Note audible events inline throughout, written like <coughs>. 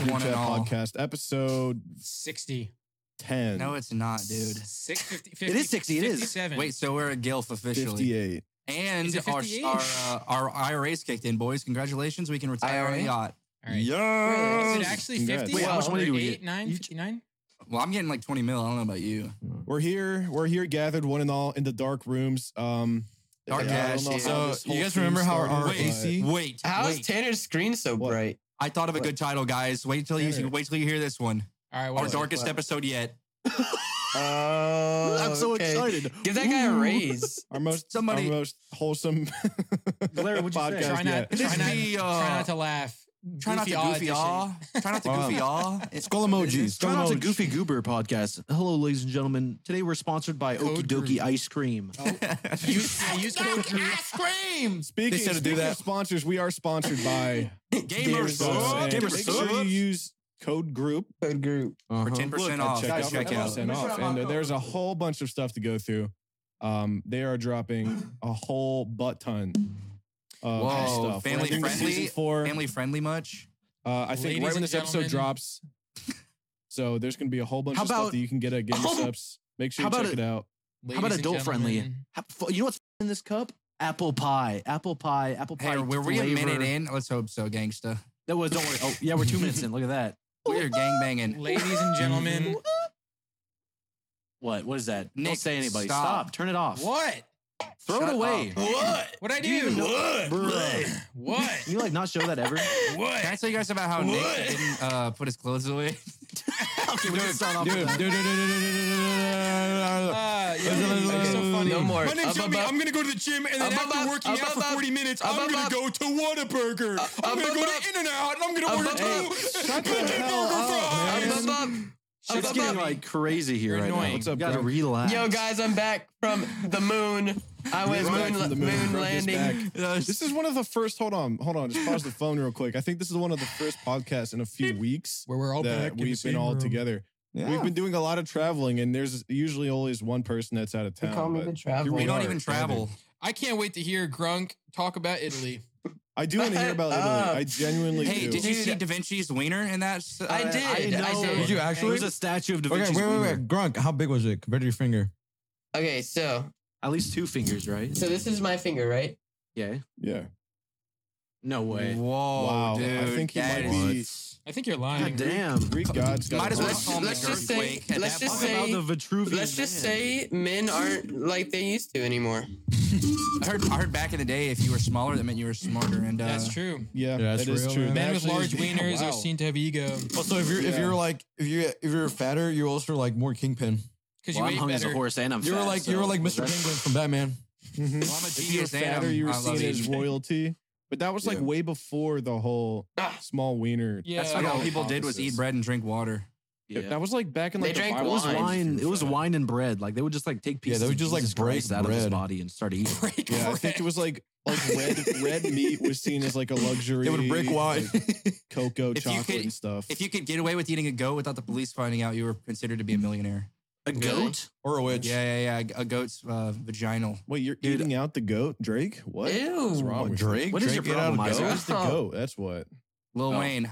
One Chat and all. Podcast, episode 60. 10. No, it's not, dude. Six, 50, 50, It is 60. It is. 57. Wait, so we're a GILF officially. 58. And Is it our, 58? our, uh, our IRA's kicked in, boys. Congratulations. We can retire our IRA? yacht. All right. Yes! Is it actually Congrats. 50? Wait, how much money do we Eight, get? nine, You- 59? Well, I'm getting like 20 mil. I don't know about you. We're here. We're here gathered one and all in the dark rooms. Um, Dark I don't ass, know yeah. how So, this you whole guys thing remember how started, our but- AC Wait. How is wait. Tanner's screen so What? bright? I thought of a good title, guys. Wait till you Tanner. wait till you hear this one. All right. Our What is it? darkest What? episode yet. Oh, I'm Uh, so okay. excited. Give that guy <laughs> a raise. Our most, Somebody- our most wholesome Blair, what'd you say? podcast Try not, yet. This try, not, be, uh, try not to laugh. Try not to Awe goofy edition. all. Try not to Wow. goofy all. It's Skull emojis. Try not to Skull emojis. Goofy Goober podcast. Hello, ladies and gentlemen. Today we're sponsored by Code Okie Green. Dokie Ice Cream. Oh, You, <laughs> yeah, you spoke <laughs> through- scream. Speaking, They said to do speaking that. of sponsors, we are sponsored by <laughs> Gamers. Subs. And Gamers. Make sure you Subs. use code group Good group. For Uh-huh. 10% off. Check out, Check out. 10% off. And uh, there's a whole bunch of stuff to go through. Um, they are dropping a whole butt ton of Whoa, stuff. family We're entering friendly? season Four. Family friendly much? Uh, I think Ladies right when and this episode gentlemen. drops, so there's going to be a whole bunch How of stuff about- that you can get at Game How- Subs. Make sure how you check about it out. Ladies How about and adult friendly? gentlemen, How- f- You know what's in this cup? Apple pie. Apple pie. Apple pie. Hey, were we a flavor. minute in? Let's hope so, gangsta. That was. Don't worry. Oh, yeah, we're two minutes in. Look at that. <laughs> We're gangbanging. Ladies and gentlemen. <laughs> What? What is that? Nick, don't say anybody. stop. Stop. Turn it off. What? Throw Shut it away. What? What'd I do? Bruh. <laughs> What? You like not show that ever? What? Uh, Can I tell you guys about how What? Nick didn't uh, put his clothes <laughs> away? okay, we can start off with that. Uh, <laughs> yo, you're so funny. No more. My name's Up, Jeremy. up, up. I'm gonna go to the gym, and then Up, up, after up. working Up, out up, for up. 40 minutes, Up, I'm up, gonna up. go to Whataburger. I'm up, gonna up, go up. to In-N-Out. and I'm gonna Up, order up, two <laughs> Shut the chicken hell burger up, fries. man. Up, up, up. It's Up, up, getting up. like crazy here You're right annoying. now. What's up, You gotta bro? relax. Yo, guys, I'm back from the moon. I went Right moon, from the moon, broke his landing. back. This is one of the first. Hold on, hold on. Just pause the phone real quick. I think this is one of the first podcasts in a few weeks Where we're all that we've been all together. We've been doing a lot of traveling, and there's usually always one person that's out of They town. call me but the travel. We We don't are even travel. I can't wait to hear Grunk talk about Italy. I do want to hear about Italy. Uh, I genuinely Hey, do. did you Dude. see Da Vinci's wiener in that? s- I uh, did. I I know. did. Did you actually? There's a statue of Da Okay, Vinci's wait, wait, finger. wait. Grunk, how big was it compared to your finger? Okay, so At least two fingers, right? so this is my finger, right? Yeah. yeah. No way. Whoa, Wow, I dude. think he that might is- be- I think you're lying. God damn. Greek gods. got Might a as well problem. call him Let's the just say- earthquake at let's that just point. say- About the Vitruvian Let's just man. say men aren't like they used to anymore. I heard, I heard back in the day, if you were smaller, that meant you were smarter. And uh, That's true. Yeah, Yeah, that that's is real, true. man. Men That with actually large is- <laughs> wieners Wow. are seen to have ego Also, if you're if Yeah. you're like if you if you're fatter, you're also like more kingpin. because Well, I'm you hung ate as a better. horse and I'm You were fat, like you were so like was Mr. that- Penguin from Batman. Mhm. well, I'm a If you were genius and fatter, I'm- you were I love seen you. as royalty. But that was like Yeah. way before the whole Ah. small wiener. Yeah. That's what all people did was eat hypothesis. bread and drink water. Yeah. That was like back in They like drank the It Bible was wine. times, wine. if It you're was fat. wine and bread. Like they would just like take Yeah, pieces. they would of just, like, Jesus break Christ out of his bread. body and start eating. Break Yeah, I think it was like like red red meat was seen as like a luxury. They would break wine. like, cocoa, If you chocolate, could- and stuff. If you could get away with eating a goat without the police finding out, you were considered to be a millionaire. A goat? or a witch. Yeah, yeah, yeah. A goat's uh, vaginal. Wait, you're Dude. eating out the goat, Drake? What? What's Ew. wrong with you? Drake. What is your Drake ate out a problem, goat? It Isaac? was the goat. That's what. Lil Oh. Wayne.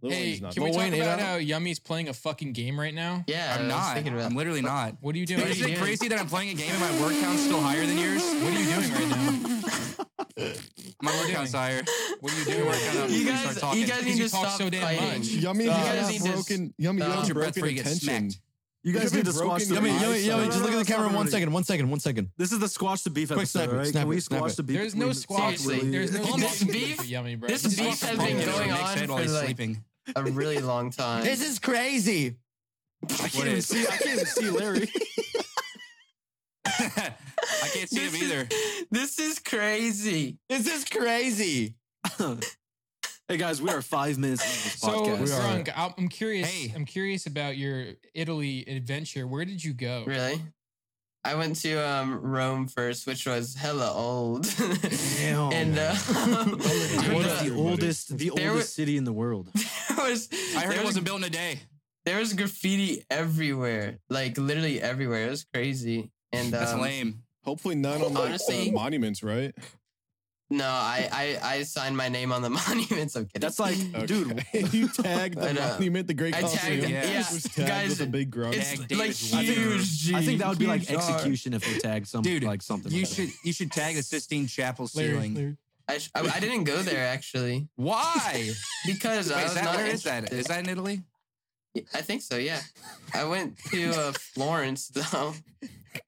Lil hey, Wayne's not. can we Lil talk Wayne ate about out? how Yummy's playing a fucking game right now? Yeah, I'm I was not. thinking about <laughs> I'm literally not. What are you Dude, doing? isn't it What crazy that I'm playing a game and my word count's still higher than yours? are you doing right now? <laughs> My word count's higher. What are you doing right now? You You guys, start talking. you guys Because need you to talk stop so damn fighting. much. Yummy, Stop. you You have guys need to broken. Yummy, you stop. have Hold your breath broken before you get attention. smacked. You guys guys need need to to squash squash the the Yummy, beef. yummy, No, no, yummy. Just no, look at no, the camera. stop it One already. second. One second. One second. This is the squash the beef Quick, episode, snap it, all right? snap Can we it, snap squash it. the beef? There's no really squash. Seriously. There's no This squash beef- beef for Yummy, bro. this This beef is has fucking been bullshit. going on head while for, he's like- sleeping. a really long time. is crazy. I I can't can't even even see. I can't even see Larry. <laughs> I can't see him <laughs> This is- either. <laughs> This is crazy. This is crazy. <laughs> hey guys, we are five minutes into this So, podcast. We are- Grunk, I'm I'm curious. Hey. I'm curious about your Italy adventure. Where did you go? Really? I went to um, Rome first, which was hella old. Oh, <laughs> Damn. <laughs> and uh, One of Yeah. the oldest, the There oldest wa- city in the world. <laughs> there was I heard there it was, wasn't built in a day. there was graffiti everywhere, like literally everywhere. It was crazy. And That's um, lame. Hopefully, none on like, Honestly- the monuments, right? No, I, I, I signed my name on the <laughs> monuments. I'm kidding. <laughs> That's like, dude, you tagged I the know. monument, the Great I Coliseum. tagged- yeah. was tagged Guys, with a big grunt. it's Dag like David's one. huge. I think that would be like huge dog. execution if we tag some Dude, like something. You like that. should you should tag the Sistine Chapel Larry, ceiling. Larry. I, sh- I, I didn't go there actually Why? because I Wait, was is that, not where is that? Is interested. that in Italy? I think so. Yeah, I went to uh, <laughs> Florence though,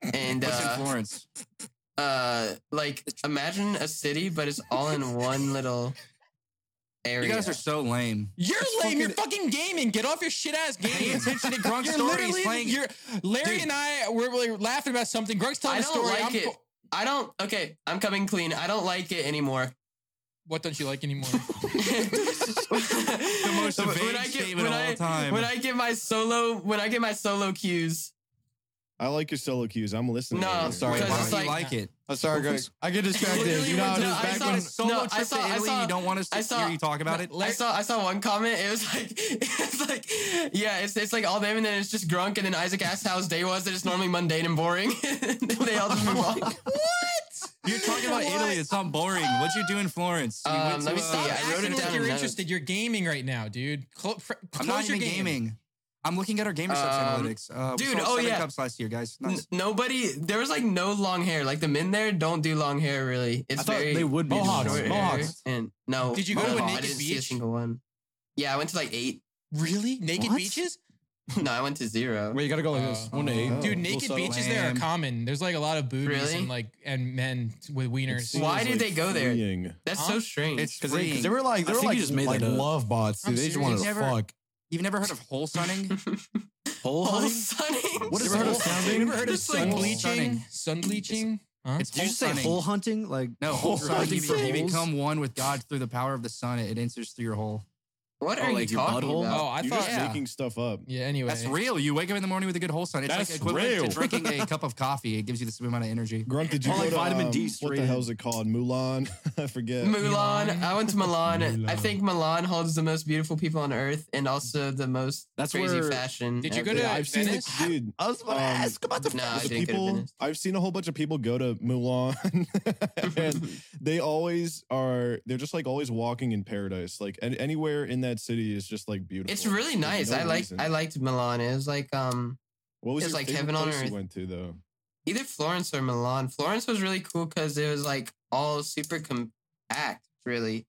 and What's in uh, Florence? uh, like imagine a city, but it's all in one little area. You guys are so lame. You're It's lame. You're fucking- fucking gaming. Get off your shit ass game. Pay attention to <laughs> Grunk's You're story. He's literally. playing. You're Larry Dude. and I were, were laughing about something. Grunk's telling I a don't story. like I'm it. go- I don't. Okay, I'm coming clean. I don't like it anymore. <laughs> what don't you like anymore? <laughs> the most vague statement of all I, time. When I get my solo, when I get my solo cues, I like your solo cues. I'm listening. No, right now. sorry, Why because don't it's you like- like, it? I'm sorry, guys. I get distracted. Literally, You know how it no, is I back saw when. this- solo no, trip I saw- to I Italy. saw- you don't want us to I saw- hear you talk about it. I saw I saw one comment. It was like <laughs> it's like yeah, it's it's like all them, and then it's just Grunk, and then Isaac asked how his day was, and it's normally mundane and boring. <laughs> and then they all just <laughs> move on. You're talking about What? Italy. It's not boring. What'd you do in Florence? You Um, <laughs> let me see. Stop I wrote uh, acting it like down you're in interested. You're gaming right now, dude. Clo- fr- I'm close not your even game. gaming. I'm looking at our gamer subs Um, analytics. Uh, we dude, sold oh, seven yeah. cups last year, guys. N- Nice. Nobody, there was like no long hair. Like the men there don't do long hair really. It's I thought very they would be short Mohawks, hair. Mohawks. And no, Did you go to a Mohawk. I naked didn't see a beach? single one. Yeah, I went to like eight. Really? Naked What? beaches? No, I went to zero. <laughs> Wait, you gotta go like this. Uh, One to eight. oh. Dude, Well, naked so- beaches there are Lame. common. There's like a lot of boobies Really? and like and men with wieners. It Why feels did they go there? freeing. That's Huh? so strange. It's Because they, 'cause freeing. they were like, they I were think like, you just made like that up. love bots, dude. I'm they just serious. wanted to Never- fuck. You've never heard of hole <laughs> sunning? Hole Whole hunting? sunning. What You is ever heard of hole- sounding? You never heard of Just like sun whole bleaching? sunning. Sun bleaching? Huh? It's Did you hole just say sunning. hole hunting? Like No, hole sunning. hunting for You holes? become one with God through the power of the sun. It enters through your hole. What Oh, are like you your talking butthole? about? Oh, I You're thought. just yeah. making stuff up. Yeah. Anyway, That's real. You wake up in the morning with a good whole sun. It's That's like equivalent <laughs> real. to drinking a cup of coffee. It gives you the same amount of energy. Grunt, did you Or go like to, vitamin D um, What straight the in. hell is it called? Mulan? I Oh, forget. Milan. Milan. I went to Milan. I Milan. think Milan holds the most beautiful people on earth and also the most That's crazy where- fashion. Did you ever. go to yeah, I've seen it, Venice? dude. I was about to Um, ask about the no, I the didn't go to people Venice. I've seen a whole bunch of people go to Mulan, <laughs> and <laughs> they always are. They're just like always walking in paradise. Like an anywhere in that city is just like beautiful. It's really nice. I like I liked Milan. It was like um What was it's your like favorite heaven on place earth. you went to though? either Florence or Milan. Florence was really cool because it was like all super compact, really.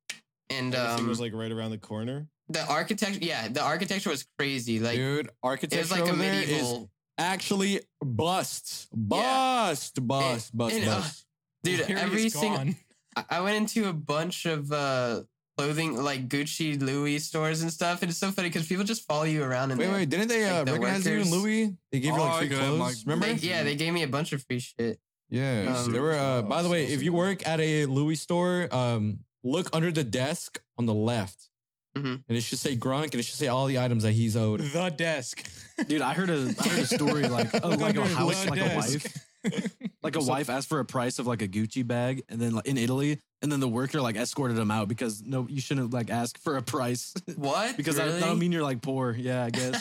And Everything um was like right around the corner. the architecture yeah, the architecture was crazy. Like Dude, it architecture was like a over there is medieval actually bust, bust, bust, bust, and, uh, bust. dude, Period is every single gone. I- I went into a bunch of uh clothing like Gucci, Louis stores and stuff, and it's so funny because people just follow you around. And Wait, wait, didn't they like uh, the recognize you in workers- Louis? They gave you Oh, like free I got my- clothes. Remember? yeah, they gave me a bunch of free shit. Yeah, Um, they were. Uh, by the way, if you Awesome. work at a Louis store, um, look under the desk on the left, Mhm. and it should say Grunk, and it should say all the items that he's owed. The desk. Dude, I heard a I heard <laughs> a story like of Look like a under <laughs> house, the like a desk. wife. <laughs> Like a wife asked for a price of like a Gucci bag, and then like, in Italy, and then the worker like escorted him out because no, you shouldn't like ask for a price <laughs> What? because that, really? that'll <laughs> mean you're like poor. Yeah, I guess.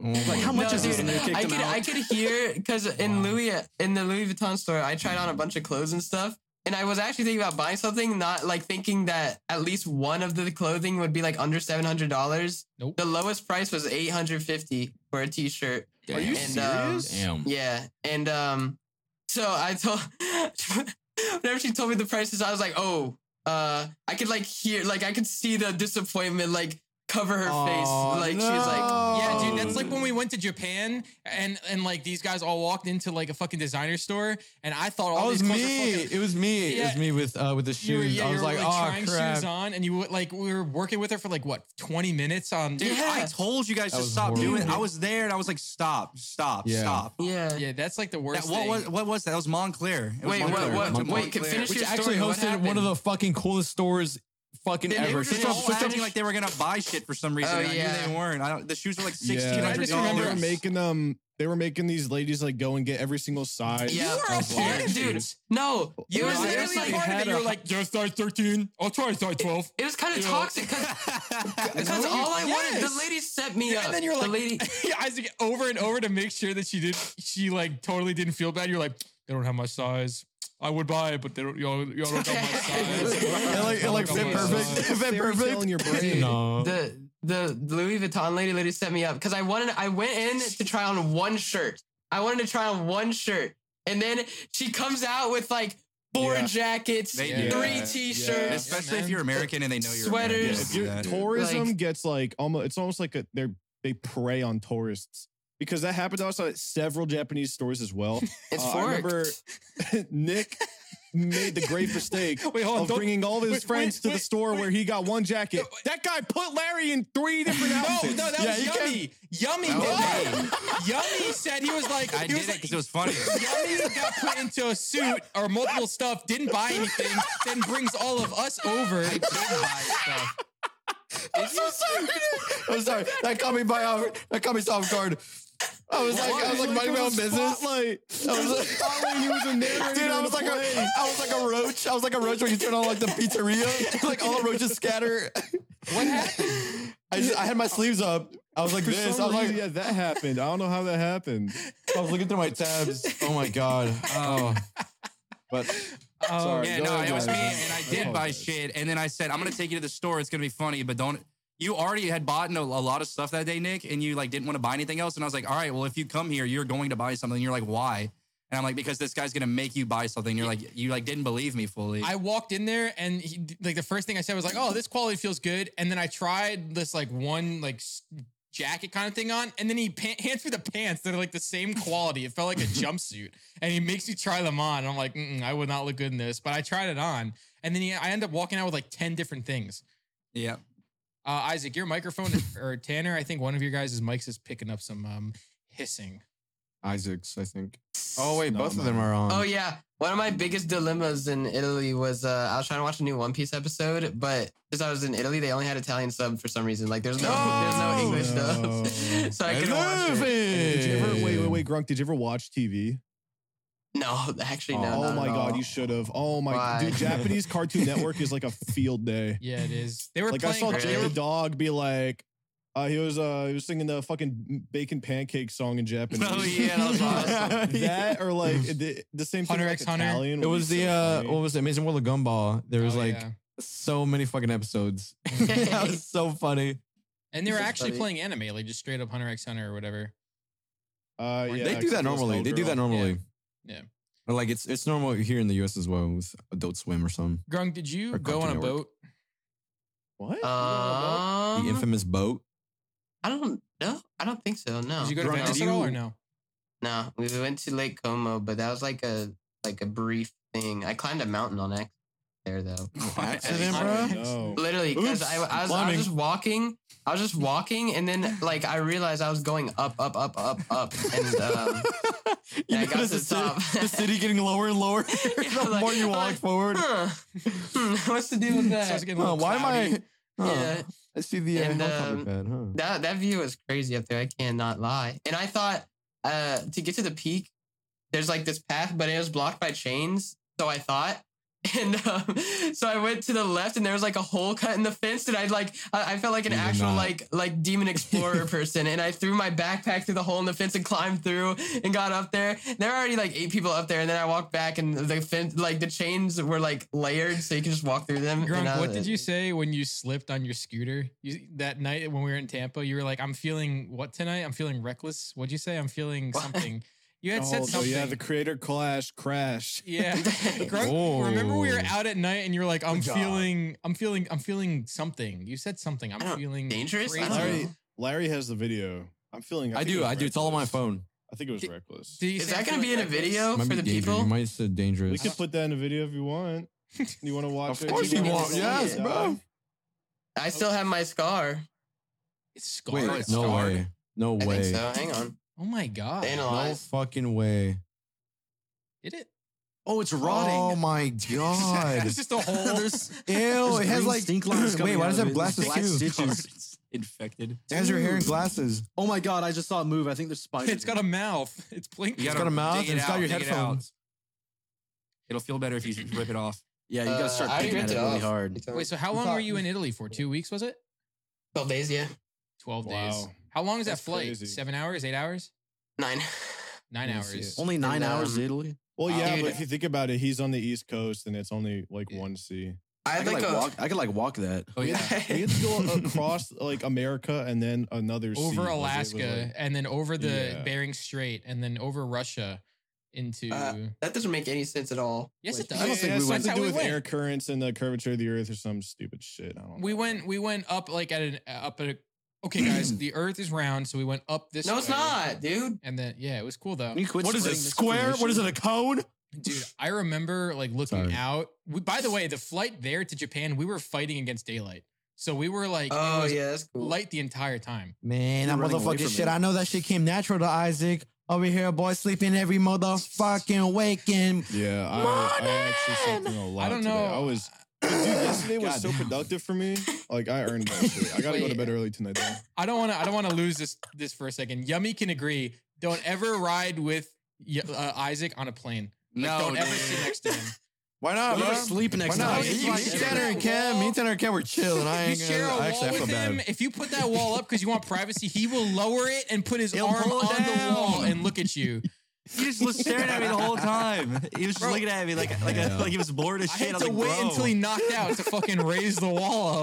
Like, how much no, is this? dude, And they kicked I him could out. I could hear because in Louis in the Louis Vuitton store, I tried on a bunch of clothes and stuff. And I was actually thinking about buying something, not like thinking that at least one of the clothing would be like under seven hundred dollars. Nope. The lowest price was eight hundred fifty for a T-shirt. Are you And, um, serious? Damn. Yeah, and um, so I told <laughs> whenever she told me the prices, I was like, oh, uh, I could like hear, like I could see the disappointment, like cover her Aw, face, like she was like, Yeah, Oh. dude, that's like when we went to Japan and and like these guys all walked into like a fucking designer store and I thought all Oh, it was these clothes were me. fucking It was me. It was Yeah. me with uh with the you were, shoes. yeah, I you was were like, like, trying oh crap. shoes on and you were like we were working with her for like what 20 minutes on Dude, Yeah. I told you guys That to was stop doing it. horrible. I was there and I was like, stop, stop, Yeah. stop. yeah. yeah, that's like the worst That, what thing. was what was that? That was Montclair. It was Wait, what- Montclair. what- I went to wait, can Montclair. finish Which your actually story. What hosted one of happened? the fucking coolest stores fucking They- they ever. were Such just a, all such a acting acting like they were gonna buy shit for some reason. Oh, and I yeah. knew they weren't. I don't, the shoes were like sixteen Yeah, I hundred just remember $1,600. dollars. <laughs> making um. They were making these ladies like go and get every single size. Yeah. you were a of, part like, of Dude, it. No, it You were was I literally literally a actually like part of it. had You a- were like, just size 13. I'll try size <laughs> 12. it was kind of Yeah. <laughs> toxic <laughs> because all I wanted the Yes. lady set me up. And then you're like, the lady. Isaac, over and over to make sure that she did, she like totally didn't feel bad. You're like, they don't have my size. I would buy it, but they don't, y'all, y'all don't know my size. It like, it like Oh, Y'all fit don't know my perfect. <laughs> It size. fit Fairy tale perfect. in your <laughs> brain. No. the the Louis Vuitton lady literally set me up because I wanted I went in to try on one shirt. I wanted to try on one shirt, and then she comes out with like four Yeah. jackets, They do. three Yeah. t-shirts. Especially man. if you're American and they know you're American. Sweaters. They If do you're, that. tourism Like- gets like almost, it's almost like a, they're they prey on tourists because that happened to us at several Japanese stores as <laughs> well. It's Uh, I forked. remember <laughs> Nick made the great mistake Wait, hold on. of Don't, bringing all of his wait, friends wait, to the wait, store wait. where he got one jacket. Yeah, wait. that guy put Larry in three different no, no, outfits. that was you can't- yummy. Yummy did That that. yummy said he was like, I he did was it like, because it was funny. Yummy got put into a suit or multiple stuff, didn't buy anything, then brings all of us over. I did buy stuff. I'm <laughs> sorry. That caught me by off. That caught me off guard. I was like, I was like minding my own business. Spotlight. I was like, <laughs> dude, I was like, a, I was like a roach. I was like a roach when you turn on like the pizzeria, <laughs> like all the roaches scatter. What happened? <laughs> I just, I had my sleeves up. I was like For this. I some was like, reason, yeah, that happened. I don't know how that happened. I was looking through my tabs. Oh my god. Oh. But Oh, sorry. Yeah, Go no, ahead, it was me, guys. and I did buy apologize. shit. And then I said, I'm gonna take you to the store. It's gonna be funny, but don't. You already had bought a, a lot of stuff that day, Nick, and you like didn't want to buy anything else. And I was like, all right, well, if you come here, you're going to buy something. You're like, why? And I'm like, because this guy's gonna make you buy something. You're like, you like didn't believe me fully. I walked in there and he, like the first thing I said was like, "Oh, this quality feels good," and then I tried this like one like s- jacket kind of thing on, and then he pa- <laughs> hands me the pants that are like the same quality. It felt like a jumpsuit, and he makes me try them on. And I'm like, Mm-mm, I would not look good in this, but I tried it on, and then he, I end up walking out with like ten different things. yeah. Uh, Isaac, your microphone or Tanner, I think one of your guys' mics is picking up some um, hissing. Isaac's, I think. Oh wait, both of them are on. Oh yeah, one of my biggest dilemmas in Italy was uh, I was trying to watch a new One Piece episode, but since I was in Italy, they only had Italian sub for some reason. Like there's no Oh, No. there's no No. English sub, <laughs> so I couldn't watch love it. Did you ever, it. wait, wait, wait, Grunk, did you ever watch TV? No, actually no. oh not my at all. god, you should have. Oh my Why? dude, Japanese <laughs> Cartoon Network is like a field day. Yeah, it is. They were Like I playing. saw great. Jay the dog be like, uh, he was uh, he was singing the fucking bacon pancake song in Japanese. Oh yeah, that was <laughs> awesome. that <laughs> or like the, the same Hunter thing x with Hunter. Italian. It would be was the so uh, funny. what was it? Amazing World of Gumball. There was Oh, like yeah. so many fucking episodes. <laughs> that was so funny. and they were This is actually funny. playing anime, like just straight up Hunter x Hunter or whatever. Uh, yeah, they do that except it was normally. They do that Cowgirl. normally. Yeah. Yeah. But like it's it's normal here in the U.S. as well with Adult Swim or some Grung, did you Or go on a Cartoon Network. boat? What? Uh, the <laughs> Um, infamous boat. I don't know. I don't think so. No. Did you go to no. Venice at all or no? No, we went to Lake Como, but that was like a like a brief thing. I climbed a mountain on accident there though. <laughs> Accident, bro? no. Literally, because Oops, I, I, was, I was climbing. just walking. I was just walking, and then like I realized I was going up, up, up, up, up, <laughs> and um, You yeah, I got notice to the ci- top. <laughs> the <laughs> city getting lower and lower. <laughs> the like- more you I'm walk like, <laughs> forward. huh, hmm, what's the <laughs> deal with that? So it's getting a Huh, little why am cloudy. I? <laughs> Huh, Yeah, I see the uh, And, helicopter um, pad, huh? that that view was crazy up there. I cannot lie. And I thought uh, to get to the peak, there's like this path, but it was blocked by chains. So I thought. <laughs> And um, so I went to the left, and there was like a hole cut in the fence, and I like I, I felt like an You did actual not. like like demon <laughs> explorer person, and I threw my backpack through the hole in the fence and climbed through and got up there. There were already like eight people up there, and then I walked back, and the fence like the chains were like layered, so you could just walk through them. and I Grunk, what was- did <laughs> you say when you slipped on your scooter you, that night when we were in Tampa? You were like, "I'm feeling what tonight? I'm feeling reckless." What'd you say? I'm feeling What? something. You had Oh, said so something. yeah, the creator clash crash. Yeah. <laughs> Grunk, remember we were Whoa. out at night and you were like, "I'm job. feeling, I'm feeling, I'm feeling something." You said something. I I'm don't- feeling dangerous? I Crazy. don't know. Larry, Larry has the video. I'm feeling. I think it do. was I do. It's all on my reckless. phone. I think it was Did- reckless. Did you Is say, "I'm that feeling gonna be in a reckless"? video Might for be the danger- people? You might say we dangerous. can put that in a video if you want. You want to watch Of it? course you Can want. see Yes, it? bro. I still have my scar. It's Wait, scarred. no it's dark. way. No I way. think so. Hang on. Oh my god! No Analyze. fucking way. Did it? <laughs> Oh, it's Oh rotting. my god. It's just <laughs> a <laughs> hole. <laughs> Ew, it has Oh. green like stink <clears throat> lines coming Wait, why out does of it have it. glasses Black too? stitches. It's <laughs> infected. It has your hair and glasses. Oh my god, I just saw it move. I think there's spiders. It's got a mouth. It's blinking. You It's gotta got a mouth dig and it it's got out, your dig it out. headphones. It'll feel better if you rip it off. yeah, you gotta Uh, start I picking ripped at it it really off. hard. Wait, so how long were you in Italy for? Two weeks, was it? 12 days, yeah. 12 days. Wow. How long is That's that flight? crazy. Seven hours, eight hours, Nine. nine Let me see hours? it. Only nine And, hours um, to Italy. Well, yeah, Dude. but if you think about Uh, it, he's on the East Coast and it's only like Yeah. one <laughs> sea. I I had could like, like, a <laughs> walk. I could like walk that. Oh yeah. <laughs> We had to go across like America and then another sea, over like, it was, Alaska like- and then over the Yeah. Bering Strait and then over Russia into Uh, that doesn't make any sense at all. Yes, it Like, does. I don't think Yeah, we so went that's to how do we with went. air currents and the curvature of the earth or some stupid shit. I don't know. we went we went up like at an uh, up at a, okay <clears throat> guys the Earth is round so we went up this <laughs> No, it's way. not, dude. and then yeah it was cool though what is it? Square? What is it? A cone? dude I remember like looking Sorry. out we, by the way the flight there to Japan we were fighting against daylight so we were like it Oh was yeah, that's cool. light the entire time Man, that You're running away motherfucking from shit. it. I know that shit came natural to Isaac. Over here, boy, sleeping every motherfucking waking. Yeah, I, I actually slept in a lot. I don't today. know I was but dude. Yesterday was so Goddamn. productive for me. Like I earned that shit. I gotta go to Wait. bed early tonight. Though. I don't want to. I don't want to lose this this for a second. Yummy can agree. Don't ever ride with Y- uh, Isaac on a plane. Like, No, don't ever dude. sit next <laughs> to him. Why not, We were bro? asleep next Why night. not? You Me, share Tanner, a and Cam, wall. me, Tanner, and Cam, we're chilling. I You ain't share gonna. a Actually, wall I feel with him. bad. If you put that wall up because you want privacy, he will lower it and put his He'll arm pull on it the wall down. and look <laughs> at you. He just was staring at me the whole time. He was just Bro. looking at me like like a, like he was bored as I shit. had was to like, wait "Bro." until he knocked out to fucking raise the wall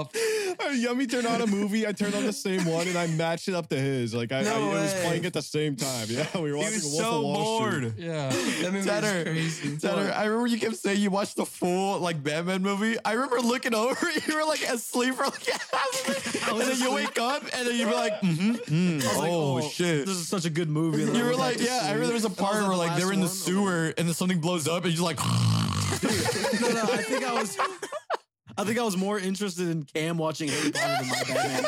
<laughs> up. Uh, Yummy turned on <laughs> a movie. I turned on the same one and I matched it up to his. Like I, No I it was way. playing at the same time. Yeah, we were He watching was Wolf so of Wall Street. bored. Yeah. that movie Tanner, is crazy. Tanner, I remember you kept saying you watched the full like Batman movie. I remember looking over, <laughs> you were like asleep for like half of it. And then you wake up and then you were like, mm-hmm, oh, shit. This is such a good movie. You were like, yeah, I remember there was a part where like they were in the sewer and then something blows up and you're like, no, no, I think I was. I think I was more interested in Cam watching Harry Potter than my Batman.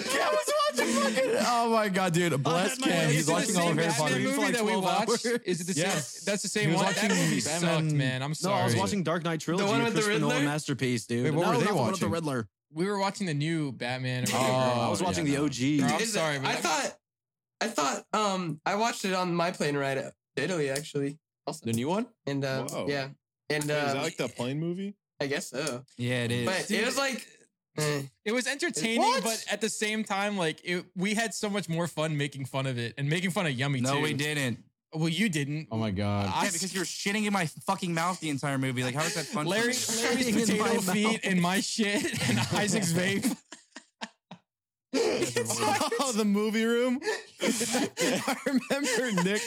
Cam was watching <laughs> fucking. Oh my god, dude! Bless had my Cam. way. He's Is it watching the all same of Harry Batman Potter. for, movie like, that we 12 watched? hours. Is it the Yes. same? That's the He same was one. watching that movie Batman- sucked, man. I'm No, sorry. I was watching Dark Knight trilogy. one with with the Christopher Nolan Riddler? masterpiece, dude. Wait, what no, were they not the one with The watching? Riddler. We were watching the new Batman. Oh, I was yeah, watching no. the OG. I'm Is it- sorry, but I that- thought, I thought, um, I watched it on my plane ride to Italy actually. Also, The new one? and uh, Whoa. yeah, and Wait, is uh, that like the plane <laughs> movie? I guess so. Yeah, it is. But it was like, eh. <laughs> It was entertaining, What? but at the same time, like it, we had so much more fun making fun of it and making fun of Yummy no, too. we didn't. Well, you didn't. Oh <laughs> my god. I- yeah, because you were shitting in my fucking mouth the entire movie. Like, how is that fun? for Larry, me? Larry's In my potato mouth. feet and my shit and Isaac's vape. Oh, the movie <laughs> room. I remember Nick,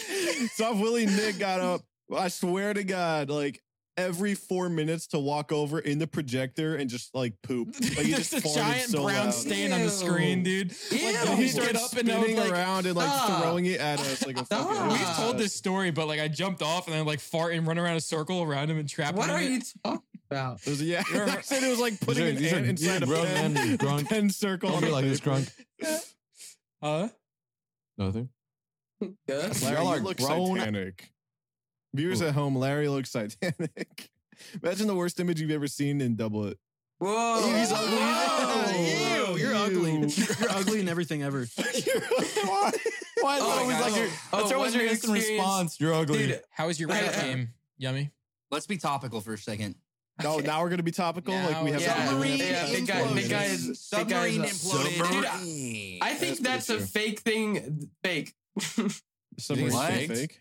soft Willie Nick got up. I swear to God, like every four minutes to walk over in the projector and just like <laughs> poop. Like he There's just a farted giant so brown loud. stain on the screen, dude. Like, Ew. And Yummy he would get started up and I was spinning like, around and like "Stop." throwing it at us like a fucking. Stop. we've told this story, but like I jumped off and I like fart and run around a circle around him and trap what him. in are it. you talking about? It was, <laughs> yeah, I <laughs> said it was like These putting are, an these are, ant these inside are a grown pen, men drunk. <laughs> pen circle. Don't on be a like this paper. drunk. Huh? Nothing. Duh. Larry, Y'all you are look grown- Titanic. Viewers at home, Larry looks Titanic. <laughs> Imagine the worst image you've ever seen in Double <laughs> It. Whoa! He's ugly. Oh, Ew, you're ew. ugly. You're ugly in everything ever. Why? Why is Oh that my always God. like your? Oh, That's always one your new instant experience. response. You're ugly. Dude, How was your rap game? <laughs> Yummy. Let's be topical for a second. No, now we're gonna be topical. like we have yeah. been doing Submarine it. Yeah, big guy- big guy is- big guy is submarine a- imploded. I think That's that's, a pretty fake thing. Fake. Submarine's What? fake, fake.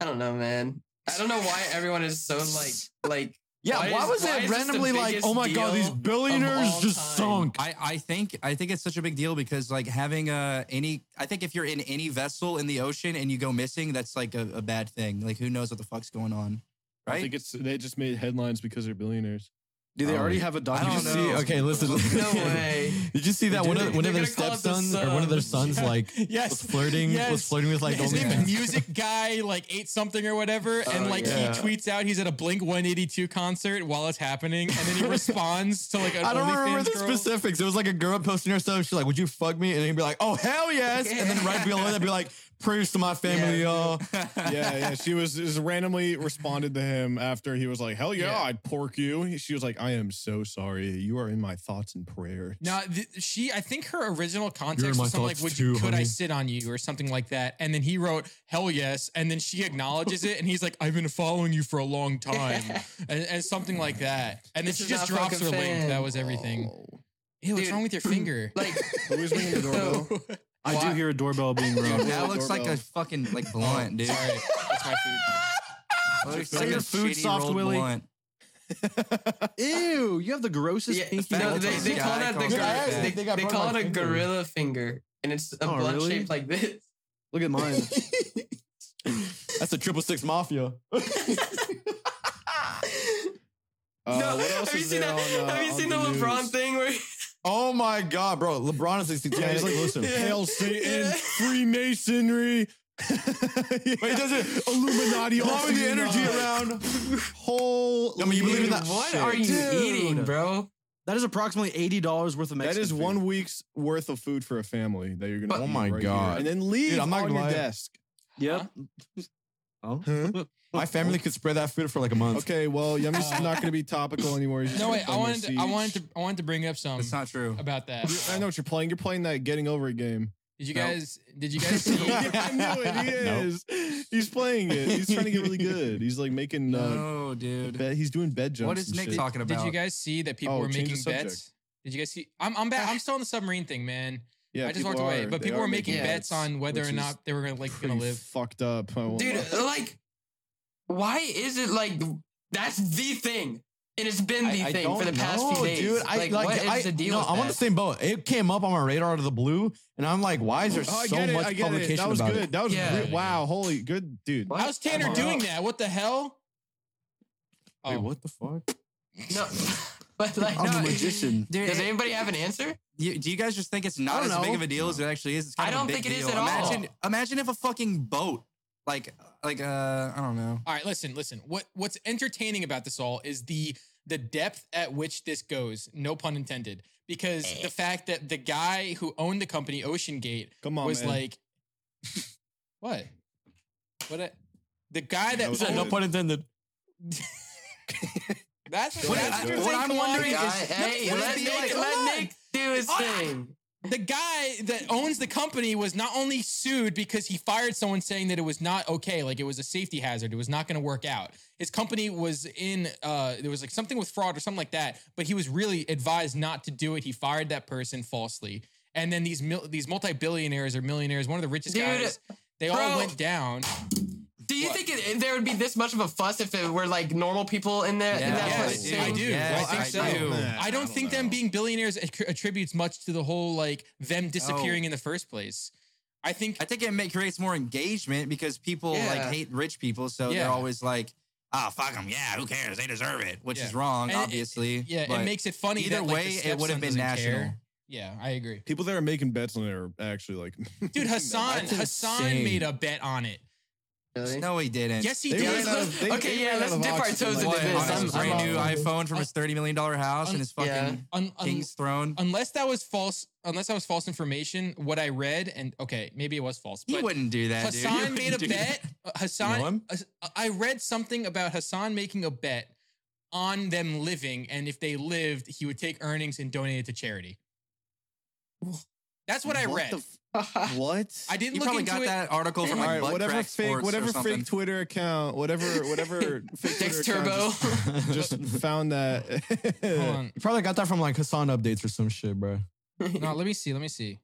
I don't know, man. I don't know why everyone is so like like. yeah. why Why, is- was why is it this the randomly like? biggest Oh my god, deal these billionaires all just time? sunk. I, I think I think it's such a big deal because like having uh any I think if you're in any vessel in the ocean and you go missing, that's like a, a bad thing. Like who knows what the fuck's going on. I Right? think it's they just made headlines because they're billionaires. Do they already have a I Did documentary? you don't know. e- see? Okay, listen. <laughs> <laughs> No way. Did you see that one of Dude, one of they're their gonna call it the stepsons or one of <laughs> their sons Yeah. like was Yes. flirting was Yes. flirting with like his only name music <laughs> guy like ate something or whatever and Oh, like yeah. he tweets out he's at a blink 182 concert while it's happening and then <laughs> he responds to like an I don't remember OnlyFans the girl. specifics. It was like a girl posting her stuff. She's like, "Would you fuck me?" And he'd be like, "Oh hell yes!" And then right <laughs> below that, be like, "Prayers to my family, Yeah. y'all." Yeah, yeah. She was <laughs> just randomly responded to him after he was like, "Hell yeah, Yeah. I'd pork you." He- She was like, "I am so sorry. You are in my thoughts and prayers." Now th- she, I think her original You're in context my was something like, thoughts "Would too, you, could I honey." sit on you?" or something like that. And then he wrote, "Hell yes." And then she acknowledges it, and he's like, "I've been following you for a <laughs> long time," and, and something like that. And then This she is just not drops her fucking link. fan. That was everything. Ew, what's Dude. <laughs> wrong with your finger? Like <laughs> Who is ringing the doorbell? I do Why- hear a <laughs> doorbell being rung. Dude, that looks like a fucking like blunt, dude. Sorry, that's my food. That looks Is that your a food shitty soft, rolled Willy? blunt. Ew, you have the grossest Yeah, pinky. no, all they, time. they Yeah, call I that call the it that. gorilla, they, They got they burned call on it a finger. gorilla finger, and it's a Oh, blunt really? shaped like this. Look at mine. That's the triple six <laughs> mafia. <laughs> Uh, no, what else have you is seen there that? on, uh, have you on seen the LeBron news? thing where? Oh my god, bro! LeBron is sixty two. Yeah, he's like, listen. <laughs> Hail Satan, Yeah. <laughs> Freemasonry. Wait, does it? Illuminati. Blowing the energy around. around. Whole. I mean, you believe in that? What are you eating, bro? That is approximately eighty dollars worth of That Mexican. is food. one week's worth of food for a family that you're gonna. But- Oh eat my right God. here. And then leave I'm not on gonna your lie. desk. Yep. Oh. <laughs> My family could spread that food for like a month. Okay, well, Yummy's Uh, not going to be topical anymore. He's just No gonna wait, I play more wanted to, I Siege. wanted to I wanted to bring up some It's not true. about that. You're- I know what you're playing. You're playing that getting over it <laughs> game. Did you No. guys did you guys see I knew it. He Nope. is. He's playing it. He's trying to get really good. He's like making. Uh, No, dude. bed, he's doing bed jumps. What is and Nick shit. talking about? Did you guys see that people Oh, were change the making subject. bets? Did you guys see? I'm I'm back. I'm still on the submarine thing, man. Yeah, I just people walked away. are- But they people are were making making bets on whether which or is not they were gonna like gonna pretty live. Fucked up. I won't Dude, lie. like, why is it like that's the thing? And it's been the I thing for the don't past know, few days. Dude, I, like, like, what is I, the deal? No, with I'm on the that? same boat. It came up on my radar out of the blue, and I'm like, why is there Oh, I so get it. much I get publication it. That was about good. it? That was Yeah. re- wow. Holy good, dude. What? How's Tanner Come on. doing that? What the hell? Oh, Wait, what the fuck? <laughs> No, <laughs> but like, I'm no, a magician. Dude, <laughs> does it- anybody have an answer? you- do you guys just think it's I not as don't big know. of a deal as it actually is? It's kind I of a don't big think it is deal. at all. Imagine, imagine if a fucking boat, like, like, uh, I don't know. All right, listen, listen. What what's entertaining about this all is the the depth at which this goes. No pun intended. Because Eh. the fact that the guy who owned the company, Ocean Gate, Come on, was Oh, man. like, <laughs> what? What? A, the guy that, That was owned- good. intended. that's What, that's I- your what take I'm on wondering it. is, Guy- hey, what let is Nick, the- like, come let on. Nick do his Ah. thing. the guy that owns the company was not only sued because he fired someone saying that it was not okay, like it was a safety hazard, it was not going to work out. His company was in, uh, there was like something with fraud or something like that, but he was really advised not to do it. He fired that person falsely, and then these mil- these multi billionaires or millionaires, one of the richest Dude, guys, they bro. all went down. Do you think it, there would be this much of a fuss if it were like normal people in there? in Yeah. that Yes, first I team? do. Yes, I think I so. do. I don't think them being billionaires attri- attributes much to the whole like them disappearing in the first place. I think Oh. I think it make, creates more engagement because people like Yeah. hate rich people, so Yeah. they're always like, "Ah, fuck them, yeah, who cares? They deserve it," which is Yeah. wrong, And it- obviously. Yeah, but it makes it funny. either that, like, way, the it would have stepson been doesn't national. care. Yeah, I agree. People that are making bets on it are actually like. <laughs> Dude, Hassan That's Hassan insane. made a bet on it. Really? <laughs> No, he didn't. Yes, he They did. ran out let's- of- they- okay, they yeah, ran let's out of dip our oxygen. toes into Boy, this. on I'm- his brand new I'm- iPhone from his thirty million dollar house and his fucking Yeah. Un- un- king's throne. unless that was false, unless that was false information, what I read and okay, maybe it was false. he but wouldn't do that, dude. He <laughs> Hassan made <laughs> a wouldn't do bet. Uh, Hassan, You know him? uh, I read something about Hassan making a bet on them living, and if they lived, he would take earnings and donate it to charity. That's what, I read. the f- what? I that. didn't You look probably into got it. that article from All like right, Butt whatever Crack fake, Sports whatever or something. fake Twitter account, whatever, <laughs> whatever <laughs> fake Twitter Dex account Turbo. just, <laughs> just found that. Hold on. You probably got that from like Hassan updates or some shit, bro. <laughs> No, let me see. Let me see.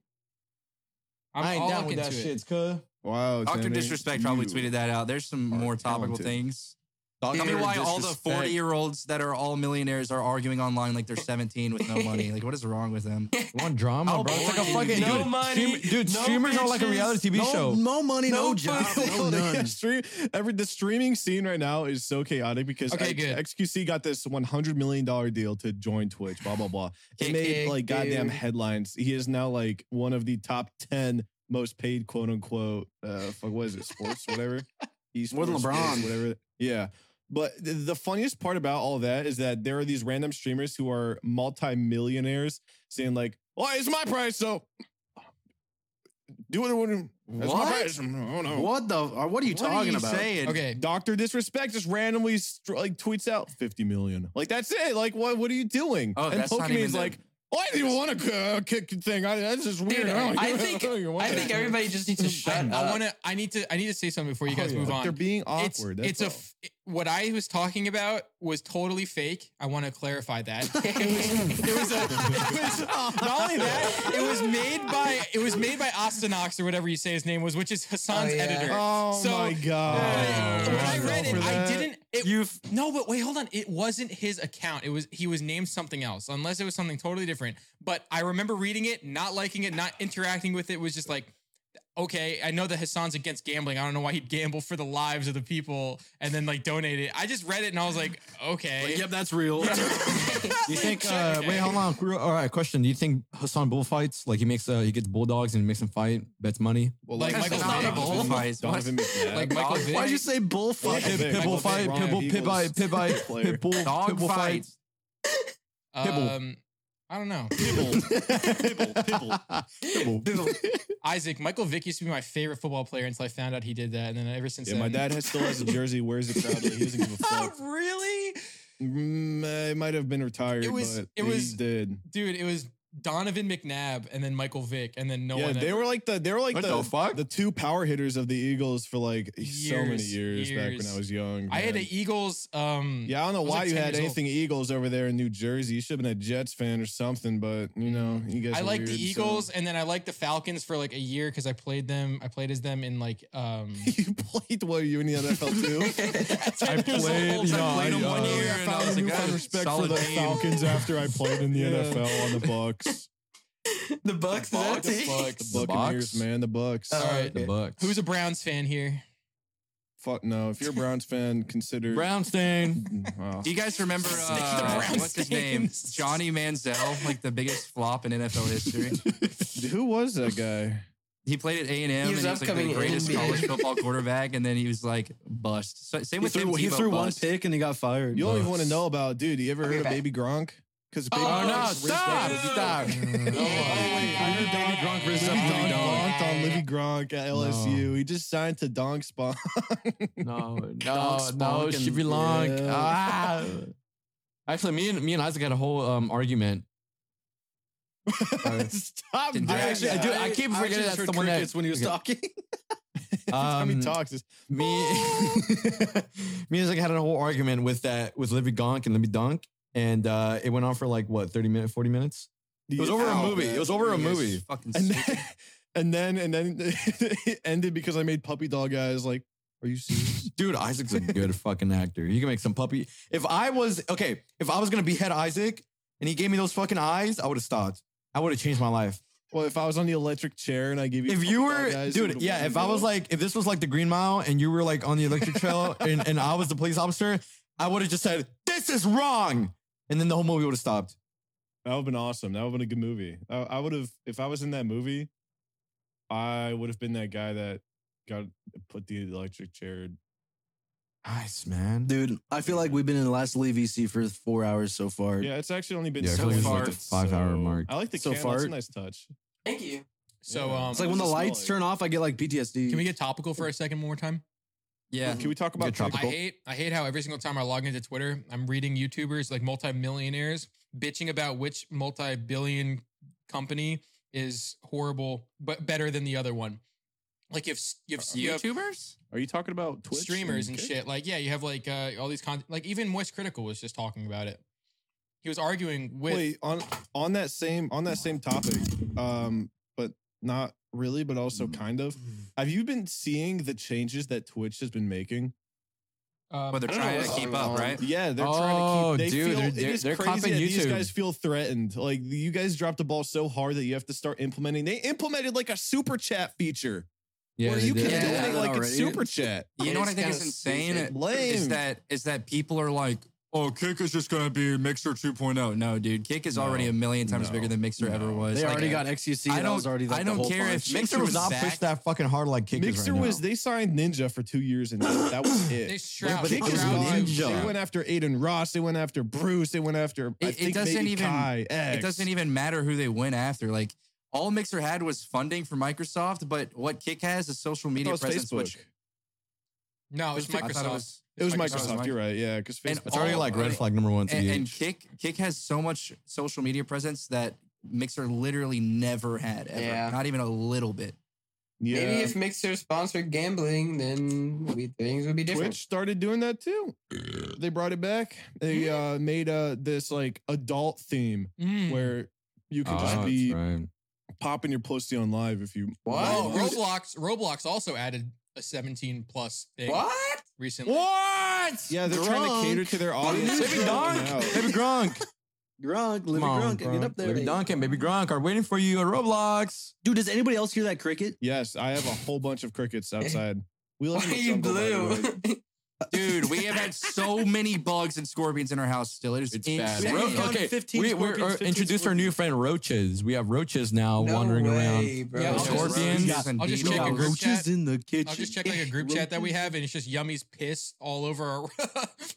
I'm, I ain't I'll down look with that into it. shit, cuz. wow, Doctor Tanner, Disrespect probably you- tweeted that out. There's some are more topical talented. things. Tell me Doctor why all the Disrespect. 40 year olds that are all millionaires are arguing online like they're 17 with no money. Like, what is wrong with them? You want drama, How bro? It's like a boring, fucking no dude, money, stream- dude, no streamers are like a bitches, reality TV no, show. no money, no, No job, <laughs> fun. no Yeah, none. stream, every the streaming scene right now is so chaotic because Okay, X- good. XQC got this 100 million dollar deal to join Twitch. Blah blah blah. It Kick, made kick, like goddamn dude. headlines. He is now like one of the top 10 most paid quote unquote. Uh, fuck, what is it? Sports, whatever. Esports, More than sports, LeBron. whatever. Yeah. But th- the funniest part about all that is that there are these random streamers who are multimillionaires saying like, "Oh, it's my price, so do what it would." That's my What? price. Oh no. What uh, the? Or what are you What are talking you about? saying? <laughs> Okay. Doctor Disrespect just randomly str- like tweets out 50 million. Like that's it. Like what what are you doing? Oh, and that's not even Pokemon's the- like, why do you want a uh, kick thing? I, that's just weird. Dude, don't- I think don't even want Oh, I think that." everybody just needs to shut I up. <laughs> want to. I need to. I need to say something before you Oh, guys yeah. move They're on. being It's awkward. <laughs> it's that's a all. f- what I was talking about was totally fake. I want to clarify that. <laughs> It was, it was, a, it was not only that, it was made by it was made by Ostinox or whatever you say his name was, which is Hassan's Oh, <laughs> yeah. editor. Oh So, my god! But when I Wow. read it, For I that. didn't. It, You've no, but wait, hold on. It wasn't his account. It was he was named something else, unless it was something totally different. But I remember reading it, not liking it, not interacting with it. Was just like, okay, I know that Hassan's against gambling. I don't know why he'd gamble for the lives of the people and then like donate it. I just read it and I was like, okay, Yep, that's real. <laughs> You think? Uh, wait, hold on. Real- All right, question. Do you think Hassan bullfights? Like he makes, uh, he gets bulldogs and makes them fight, bets money. Well, Like Michael Michael Vick. Vick. Donovan McNabb. <laughs> Like Michael Vick. Why'd you say bullfight? Michael Vick. Pit Michael bull fight, Vick, pit bull, Ryan pit bull, Eagles pit bull, player. pit bull, pit dog bull fight. fights. Pibble. um, I don't know. <laughs> Isaac Michael Vick used to be my favorite football player until I found out he did that, and then ever since Yeah, then, Oh, my <laughs> dad has, still has a jersey. Where's it proudly? He doesn't give a fuck. really. Mm, it might have been retired, It was- but it was- he did. dude. It was Donovan McNabb and then Michael Vick, and then no yeah, one. they were like the they were like What the, the fuck? the two power hitters of the Eagles for like so many Years, years, back when years. I was young. I had man. an Eagles. Um, Yeah, I don't know I was why like you 10 had years old. anything Eagles over there in New Jersey. You should have been a Jets fan or something, but you know, you guys. I are liked the weird, so- Eagles, and then I liked the Falcons for like a year because I played them. I played as them in like <laughs> um. you played what you in the NFL too. I played- yeah, yeah, I, them one uh, year, and I was like, that is solid team. after I played in the Yeah. NFL on the Bucks. The Bucks. The Bucks? Is that a team? The <laughs> Buccaneers, man, the Bucks. Uh, All right, <laughs> The Bucks. who's a Browns fan here? Fuck no. If you're a Browns fan, consider <laughs> Brownstein? Wow. Do you guys remember uh, Browns what's his name? names. Johnny Manziel, like the biggest flop in NFL history. Who was that guy? He played at A and M, He and was he was like the upcoming greatest NBA. college football quarterback. And then he was like bust. So, same He with him. threw, he Tebow threw one bust. pick and he got fired. You don't even Bucks. want to know about, dude. You ever I'll be heard of back. Baby Gronk? Because Baby Oh, Gronk no, <laughs> ripped stop, Baby- stop. Baby Gronk ripped up Baby Gronk Gronk. Bonked on Livy Gronk at LSU. He just signed to Donk Spawn. No, no, Dogs, Oh, no, Bonk, and- Chevy Long. Yeah. Ah. <laughs> Actually, me and me and Isaac had a whole um, argument. Uh, <laughs> Stop. Didn't doing I actually- that. dude, I keep I forgetting just that's heard the one that- crickets when he was okay. talking. <laughs> Every time Um, he talks, it's me, <laughs> me and Isaac had a whole argument with that with Livy Gonk and Libby Donk, and uh, it went on for like what thirty minutes, forty minutes. It was over a movie. It was over a You guys movie. Fucking And sick. then, and then, <laughs> and then it <laughs> ended because I made puppy dog eyes. Like, are you serious? Dude, Isaac's <laughs> a good fucking actor. He can make some puppy. If I was okay, if I was gonna behead Isaac and he gave me those fucking eyes, I would have stopped. I would have changed my life. Well, if I was on the electric chair and I gave you, If puppy you dog were, eyes, you dude, would've yeah, won, if I bro. was like, if this was like the Green Mile and you were like on the electric trail and, and I was the police officer, I would have just said, This is wrong. And then the whole movie would have stopped. that would have been awesome. That would have been a good movie. I, I would have, if I was in that movie, I would have been that guy that got put the electric chair. Nice, man. Dude, I feel like we've been in the last Lee VC for four hours so far. Yeah, it's actually only been Yeah, I so feel like it's like far. the five-hour so- mark. I like the So candle. It's a far. nice touch. Thank you. So Yeah. um, It's like when the Just lights smell turn off, I get like PTSD. can we get topical for a second one more time? yeah. Can we talk about I tropical. hate I hate how every single time I log into Twitter, I'm reading YouTubers like multimillionaires bitching about which multi-billion company is horrible but better than the other one. Like if s- Uh, if s- you have YouTubers? Are you talking about Twitch streamers and shit, like yeah, you have like uh, all these con- like even Moist Critical was just talking about it. He was arguing with Wait on on that same on that same topic, um, but not really, but Mm. also kind of. Have you been seeing the changes that Twitch has been making? um, But they're I don't know trying to what's keep going up, on. right? Yeah, they're Oh, trying to keep. They dude, feel they're- it they're- is they're crazy copping that these YouTube. guys feel threatened. Like you guys dropped the ball so hard that you have to start implementing. They implemented like a super chat feature Yeah, where you they can did. Yeah, donate that like a already. super chat. You know what I think It's is kinda insane? Is Lame. that is that people are like, oh, Kick is just gonna be Mixer 2.0. No, dude, Kick is already a million times No. bigger than Mixer ever No. was. They Like, already got XUC. I that was don't- already like I the don't whole care punch. if Mixer was not back- pushed that fucking hard like kickers Mixer right was now. they signed Ninja for two years and that <coughs> was it. they shroud, Kick is Shroud- gone. Ninja. They went after Aiden Ross. They went after Bruce. They went after. I It- it think doesn't maybe even- Kai, it doesn't even matter who they went after. Like all Mixer had was funding for Microsoft, but what Kick has is social That media was presence, Facebook. which No, it was I thought Microsoft. it was, it was Microsoft, Microsoft. right? You're right. Yeah, because And Facebook. It's already all- like red and- flag number one to and, the and age. Kick Kick has so much social media presence that Mixer literally never had ever. Yeah. <laughs> Not even a little bit. Yeah. Maybe if Mixer sponsored gambling, then we, things would be different. Twitch started doing that too. They brought it back. They uh, made uh, this like adult theme Hmm. Mm. where you can Oh, just that's be right. popping your pussy on live if you. What? Oh, Like, Roblox. Roblox also added a 17 plus thing What? recently. What? Yeah, they're trying to cater to their audience. Baby Gronk. Yeah. Baby Gronk. Gronk. Living on, Gronk. Get up there. Baby Dunk and Baby Gronk are waiting for you at Roblox. Dude, does anybody else hear that cricket? Yes, I have a whole bunch of <laughs> crickets outside. We Why live in are the you jungle, by the blue? way. <laughs> Dude, we have had so many bugs and scorpions in our house still. It is It's bad. insane. Ro- We've got okay, 15 we, we scorpions, are 15 introduced our new friend Roaches. We have Roaches now No wandering around. way, bro. Yeah, I'll just- Scorpions. I'll just We check got a group chat. in the kitchen. I'll just check like a group chat <laughs> that we have, and it's just Yummy's piss all over our <laughs>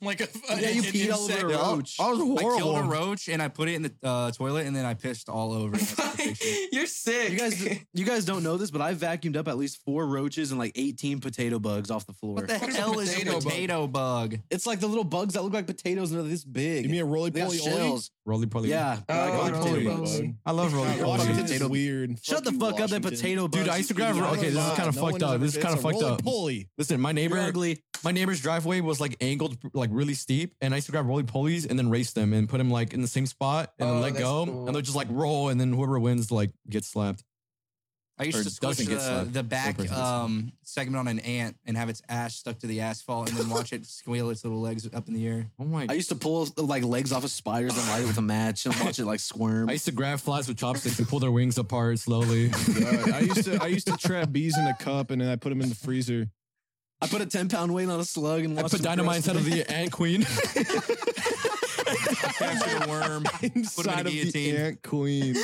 like a yeah. <laughs> you peed all over a roach. "Oh, I was I killed a <laughs> horrible. roach and I put it in the uh, toilet and then I pissed all over. <laughs> it. That's the picture. <laughs> You're sick. <laughs> You guys, you guys don't know this, but I vacuumed up at least four roaches and like 18 potato bugs off the floor. what the hell is a Potato potato, bug. bug? It's like the little bugs that look like potatoes and they're this big. You mean a roly they got poly oly? shells. Roly poly. Yeah. Oh, I call it roly potato poly. bugs. Bug. I love roly God, poly. Washington is weird. Shut the you, fuck up, that Washington. potato bugs. Dude, I you used to grab. idiot. You're Okay, this is allowed. kind of No fucked one up. ever This is gets kind a of fucked roly up. Poly. Listen, my You're neighbor, ugly. my neighbor's driveway was like angled, like really steep, and I used to grab roly polies and then race them and put them like in the same spot and Oh, then let that's go, cool. and they'll just like roll, and then whoever wins like gets slapped. I used Or to squish doesn't get the, slapped. the back person gets um, segment on an ant and have its ass stuck to the asphalt and then watch it squeal its little legs up in the air. Oh my! I used to pull like legs off of spiders and light it with a match and watch it like squirm. I used to grab flies with chopsticks and pull their wings apart <laughs> slowly. God, I used to I used to trap bees in a cup and then I put them in the freezer. I put a 10 pound weight on a slug and I watched put it grow. dynamite instead of the ant queen. <laughs> Capture the worm. <laughs> Inside of the guillotine. ant <laughs> queen.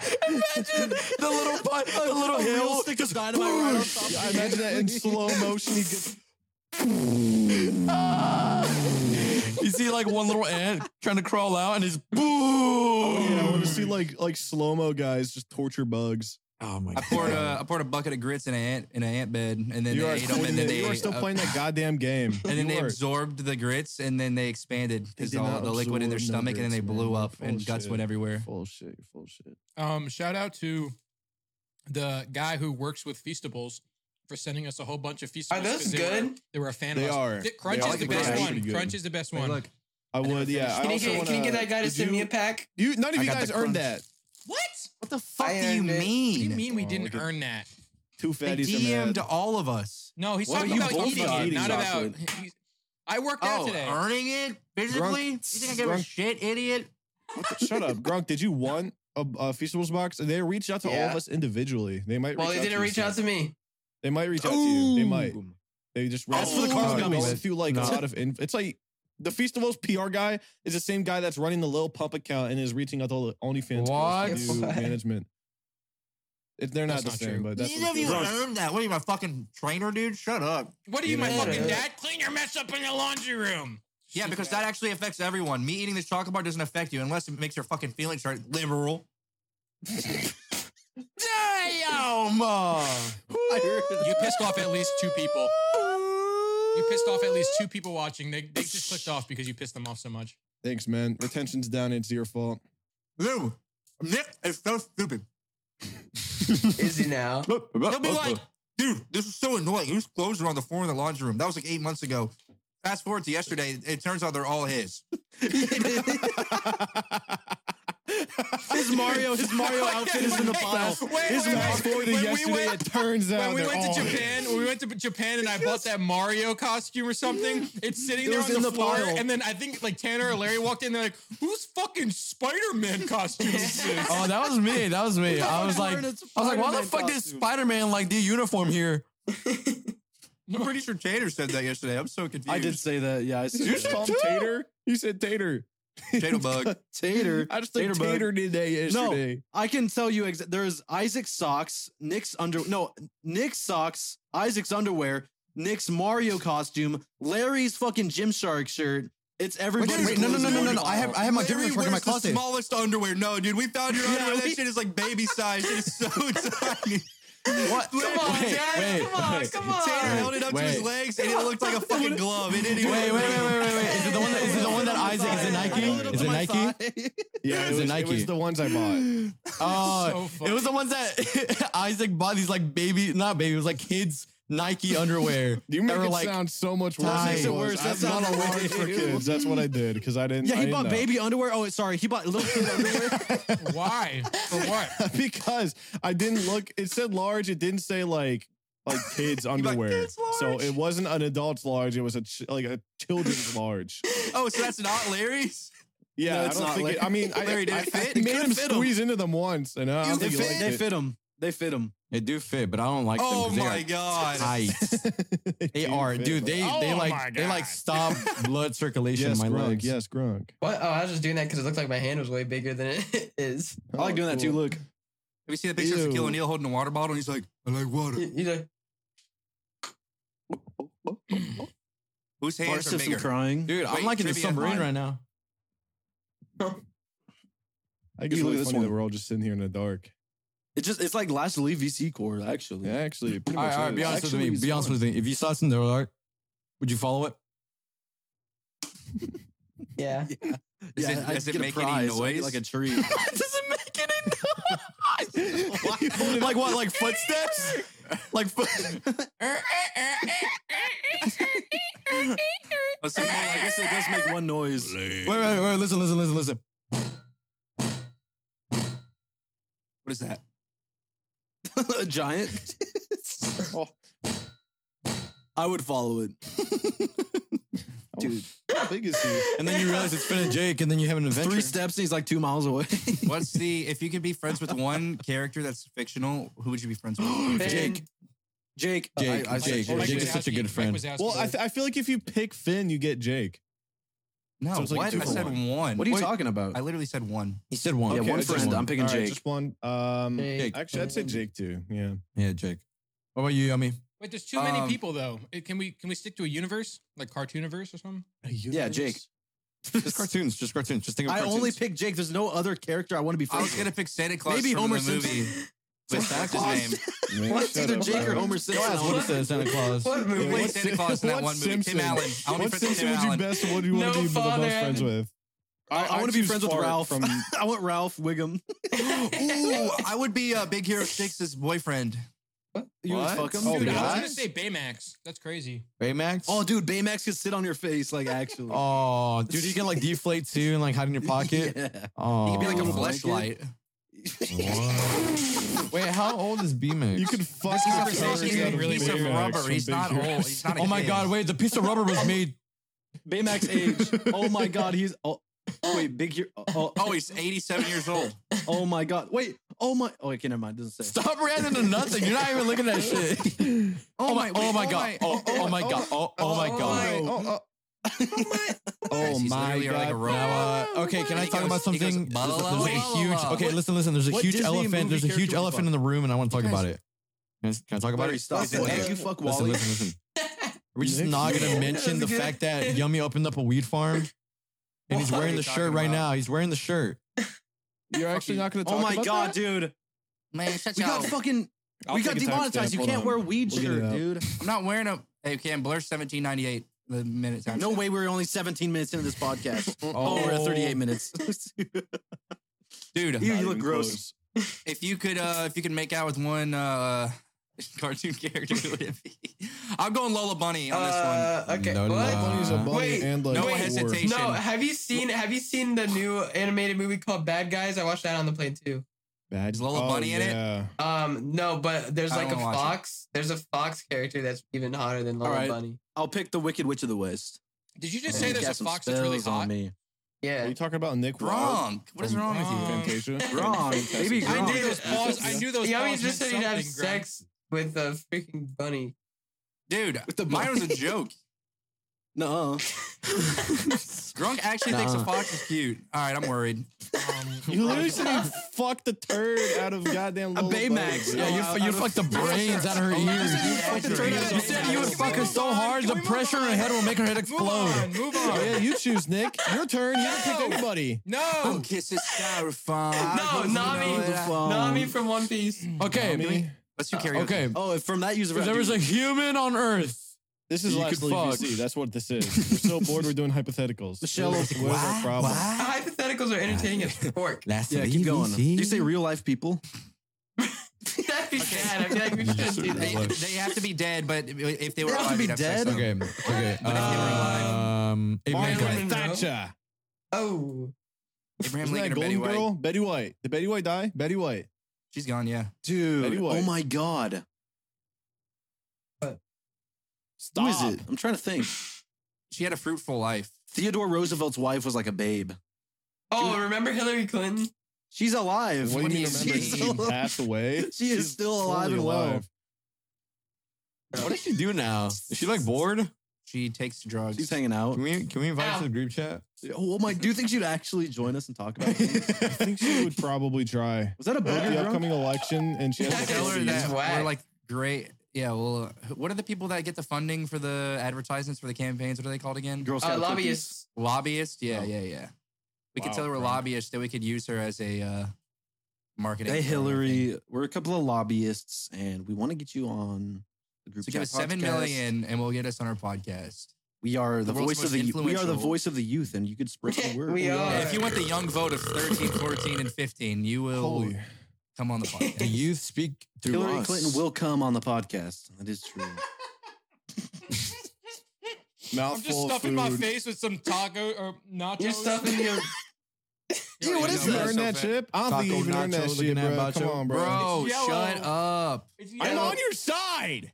the little <laughs> butt, the little hill. stick of dynamite right on top of I the imagine that in slow motion. He gets You see like one little ant trying to crawl out and it's boom. oh, Yeah, I want to see like like slow mo guys just torture bugs. Oh my <laughs> I god. poured a I poured a bucket of grits in an ant in an ant bed and then You they are, ate them and playing then that- they you are still uh, playing <laughs> that goddamn game. and then You they are. absorbed the grits and then they expanded because did all not the liquid in their absorb no stomach and then they grits, man. blew You're up full and of guts shit. went everywhere. Full shit, you're full shit. Um, shout out to the guy who works with Feastables for sending us a whole bunch of Feastables. Are those 'cause they good? Were, they were a fan They of us. are. Th- Crunch They is are the good. best They're one. pretty good. Crunch is the best one. look, I would, yeah. I Can you, also get, wanna, can you get that guy to did send you, me a pack? You, none of I you got guys the earned crunch. that. What? What the fuck I do you earned it. What do you mean? mean we Oh, didn't look at- earn that? Two They fatties and DM'd that. all of us. No, he's What talking are you about both eating about it, eating, not about. Jocelyn? he's- I worked Oh, out today. Oh, earning it physically? Drunk- you think I give a drunk- shit, idiot? Shut up, Gronk. Did you want a, a Feastables box? They reached out to all Yeah. of us individually. They might. Well, reach they didn't you reach out soon. to me. They might reach out to you. They might. Oh. They just That's for the car. Carl They Gummies. went through like No. a lot of. Inf- it's like the Feastables PR guy is the same guy that's running the Lil Pump account and is reaching out to all the OnlyFans What? girls to do What? management. If they're not the That's not same, true. but that's Neither what of you they're- earned that. What are you, my fucking trainer, dude? Shut up. What are you, my Yeah. fucking dad? Clean your mess up in the laundry room. Yeah, because that actually affects everyone. Me eating this chocolate bar doesn't affect you unless it makes your fucking feelings start liberal. Damn! You pissed off at least two people. You pissed off at least two people watching. They, they just clicked off because you pissed them off so much. Thanks, man. Retention's down. It's your fault. Lou, Nick is so stupid. Is he now? He'll be like, dude, this is so annoying. Whose clothes are on the floor in the laundry room? That was like eight months ago. Fast forward to yesterday, it turns out they're all his. His Mario, <laughs> his Mario outfit is in the pile. His fast forward to When we yesterday, went- it turns out when we they're went to all Japan, when we went to Japan and I bought that Mario costume or something, it's sitting there was on the, in the floor. pile. And then I think like Tanner or Larry walked in, they're like, whose fucking Spider-Man costume is this? Oh, that was me. That was me. I was like, I was like, why the Spider-Man fuck did costume? Spider-Man like the uniform here? I'm pretty sure Tanner said that yesterday. I'm so confused. I did say that. Yeah, I said You just <laughs> that. call him Tater. You said Tater. Tater bug. Tater. I just said Tater bug. Tater today yesterday. I can tell you exa- there's Isaac's socks, Nick's under no, Nick's socks, Isaac's underwear, Nick's Mario costume, Larry's fucking Gymshark shirt. It's everybody's. Wait, no, no, clothes no, no, in no, one no. I have, <laughs> I have my different in my Where's the closet. <laughs> smallest underwear? No, dude, we found your underwear. that shit is like baby size. It's so tiny. What? Come on, wait, Jack. wait, come on, wait. come on. Tanner held it up to his Wait. legs and it looked <laughs> like a fucking glove. It didn't Wait, even wait, wait, wait, wait, wait. Is it the one that, is it the one that I'm Isaac, is it sorry. I held Nike? up Is to it my Nike? thigh. Yeah, It was <laughs> a It Nike. was the ones I bought. Oh, So it was the ones that <laughs> Isaac bought these like baby, not baby, it was like kids Nike underwear. You make They were, it like- sound so much worse. That than makes it was. worse. That I'm not sounds allowed worse. for kids. That's what I did because I didn't. Yeah, I he didn't bought know. baby underwear. Oh, sorry, he bought little kid underwear. Why? For what? <laughs> because I didn't look. It said large. It didn't say like like <laughs> kids underwear. "Kids large." so it wasn't an adult's large. It was a ch- like a <laughs> children's large. Oh, so that's not Larry's? Yeah, No, I it's don't not think. It, I <laughs> mean, I, Larry, did I, it fit? I It made could've him fit 'em. squeeze into them once, and I don't they, think fit, he they liked fit him. They fit him. <laughs> They do fit, but I don't like Oh them. 'cause they my are god. Tight. <laughs> it. They do are, fit, dude. bro. They Oh they my like they like God. stop blood circulation yes, in my grunk, legs. Yes, grunk. <laughs> What? Oh, I was just doing that because it looked like my hand was way bigger than it <laughs> is. I like doing Oh, that too. Look, Have you seen the picture of Shaquille Ew. O'Neal holding a water bottle? And he's like, I like water. You, you know, Whose bar hands are system bigger? crying. <laughs> Dude, I'm Wait, like in the trivia, submarine mine. right now. I think it's You look really at this funny that one. we're all just sitting here in the dark. It just it's like last leave VC core actually. Yeah, actually, it pretty All much. right, all right. Be is. honest with Actually, me. it's Be honest fun. with me. If you saw something that dark, would you follow it? yeah. Does Yeah, it- I'd does it get a make any prize, noise? Like a tree. Does it make any noise? <laughs> like what? Like <laughs> footsteps? Like foot? Oh, so, I guess it does make one noise. wait, wait, wait. Listen, listen, listen, listen. what is that? <laughs> a <laughs> giant. Oh. I would follow it. Dude, How big is he? And then you realize it's Finn and Jake, and then you have an adventure. three steps and he's like two miles away. <laughs> What's the if you could be friends with one character that's fictional, who would you be friends <gasps> with? Jake, Finn, Jake, Jake, I, I said Jake, Mike Jake is such a Wazowski- good Mike friend. Wazowski. Well, I, th- I feel like if you pick Finn, you get Jake. No, So it's like what? two I for said one. one. What are you Wait, talking about? I literally said one. he said one. yeah, Okay, one I just friend. want- I'm picking All right, Jake. just one. Um, Jake. actually, I'd say Jake too. Yeah. Yeah, Jake. What about you, Yummy? Wait, there's too many Um, people though. It- Can we can we stick to a universe like cartooniverse or something? yeah, Jake. Just cartoons. Just cartoons. Just think of I cartoons. only picked Jake. There's no other character I want to I be friends was gonna with. pick Santa Claus Maybe from Homer the movie. Simpson. <laughs> But that's his name. Man, Well, it's shut either up, Jake <laughs> or bro. Homer Yo, Simpson. ass, I what wanna- is that? Santa Claus. What Yeah, movie? Play what Santa Sim- Claus in that what one movie. Tim Simpson- Allen. I wanna be What friends with Simpson Tim would you Allen. best? What do you want No to be the father. most friends with? I, I want to be choose friends with Fart Ralph. From I want Ralph Wiggum. Ooh, I would be uh, Big Hero 6's boyfriend. <laughs> You would What? fuck him. Oh, Dude, I was guys? gonna say Baymax. That's crazy. Baymax. Oh, dude, Baymax could sit on your face, <laughs> like actually. Oh, dude, you can like deflate too and like hide in your pocket. Yeah. Oh, He could be like a Oh. fleshlight. Wait, how old is you Baymax? could fuck This the conversation turds is out of really Big piece of Macs rubber. from He's Big not Macs. old. He's not a Oh my kid. god, wait, the piece of rubber was made. Baymax age. Oh my god, he's oh wait, big year. Oh, Oh, he's 87 years old. oh my god. Wait. Oh my oh okay, never mind. Doesn't say. Stop reacting to nothing. You're not even looking at shit. Oh my, oh my god. Oh, oh my god. Oh, oh my god. Oh, oh, <laughs> Oh He's my literally like a god. robot. Now, uh, okay, can I He talk about goes- he goes, something? There's "Bala, a- there's a bala, huge. bala." Okay, listen, listen. There's a What huge Disney movie elephant. There's a character would huge you elephant fuck? in the room, and I want to talk about it. Can I can I talk about Larry, it? stop. Listen, Hey, hey, you fuck Listen, Wally. listen, <laughs> <laughs> listen. We're just Nick? not gonna mention That's the good. fact that Yummy opened up a weed farm, and he's What are wearing you the shirt talking right about? now. He's wearing the shirt. you're actually not going to talk Oh my about god, that? dude. Man, shut We your got fucking we got demonetized. You can't wear weed We'll get it shirt, out. dude. I'm not wearing a. Hey, Cam, blur 1798. The minute time. No way we're only 17 minutes into this podcast. Oh, <laughs> Oh, we're at 38 <laughs> minutes. dude. <laughs> uh, Ew, you look gross. If you could, uh, if you could make out with one uh, <laughs> cartoon character, who would it be? I'm going Lola Bunny on this Uh, okay. No, what? no. Bunny's a bunny Wait, and like no four. hesitation. No, have you seen have you seen the new animated movie called Bad Guys? I watched that on the plane too. Bad. Is Lola oh, Bunny in it? yeah. Um, no, but there's I like a don't wanna watch it. fox. There's a fox character that's even hotter than Lola All right. Bunny. I'll pick the Wicked Witch of the West. Did you just say there's a fox that's really hot? me. Are Yeah. you talking about Nick one. Wilde Wrong. What is wrong with you? Fantasia? <laughs> Wrong. Maybe I wrong. knew those paws. I knew those Yeah, I mean, paws. just meant said he'd have something, Greg. sex with a freaking bunny. dude. Mine was a joke. No. Grunk actually thinks a Nuh-uh. fox is cute. All right, I'm worried. You literally said he fucked the turd out of goddamn Lola Baymax. Bunny. <laughs> Yeah, you, Oh, you fucked the brains out of her you ears. fucked the You turd out of said- her you said you would ears. fuck her so hard, the pressure on her head will make her head Move on. explode. Move Oh, yeah, on. you choose, Nick. Your turn. You didn't pick anybody. No. <laughs> kiss is styrofoam. No, Nami. Nami from One Piece. Okay, Tommy. Let's do karaoke. Okay. Oh, if from that user, If there was a human on Earth, This is You last could leave fuck. UC. That's what this is. We're so bored. We're doing hypotheticals. Michelle, What is our problem? Hypotheticals are entertaining as fork. Last yeah, keep going. Did you say real life people? <laughs> That'd be bad. I feel like we shouldn't do They, that. they have to be dead, but if they were They have to alive, be you'd sex dead? with them. Okay. Okay. But if they were alive- Um, Abraham Margaret Lincoln. Monroe? Thatcher. Oh. Abraham Lincoln Isn't that or Betty Golden White. Girl? Betty White. Did Betty White die? Betty White. She's gone. Yeah. Dude, Betty White. oh my god, Stop. who is it? I'm trying to think. She had a fruitful life. Theodore Roosevelt's wife was like a babe. Oh, remember Hillary Clinton? She's alive. What do you mean? do you Remember, She's she still, passed away. she is still alive fully and well. alive. What does she do now? Is she like bored? She takes drugs. She's hanging out. Can we can we invite her Ow. to the group chat? Oh my! Do you think she'd actually join us and talk about it? I think she would probably try. Was that <laughs> a With booger? the drunk? upcoming election, and she has to Tell her go that we're whack. like great. Yeah. Well, uh, what are the people that get the funding for the advertisements for the campaigns? What are they called again? Girl Uh, Scout cookies? lobbyists. Lobbyists. Yeah. Yeah. Yeah. We could Wow, tell her we're bro. lobbyists that we could use her as a uh, marketing. Hey for everything. Hillary, we're a couple of lobbyists, and we want to get you on the group So chat. give us seven podcast. million, and we'll get us on our podcast. We are the, The world's voice of most the youth. we are the influential. voice of the youth, and you could spread the word. We are. If you want the young vote of 13, 14, and 15, you will Holy. come <laughs> on the The podcast. youth speak through Hillary us. Clinton will come on the podcast. That is true. I'm just Mouthful of stuffing my food. face with some taco or nachos. You're stuffing your. Dude, what You earn that chip? I don't Taco think you even earn nacho, that looking shit, at bro. macho. Come on, bro. Bro, It's Oh, shut yellow. up. It's I'm yellow. on your side.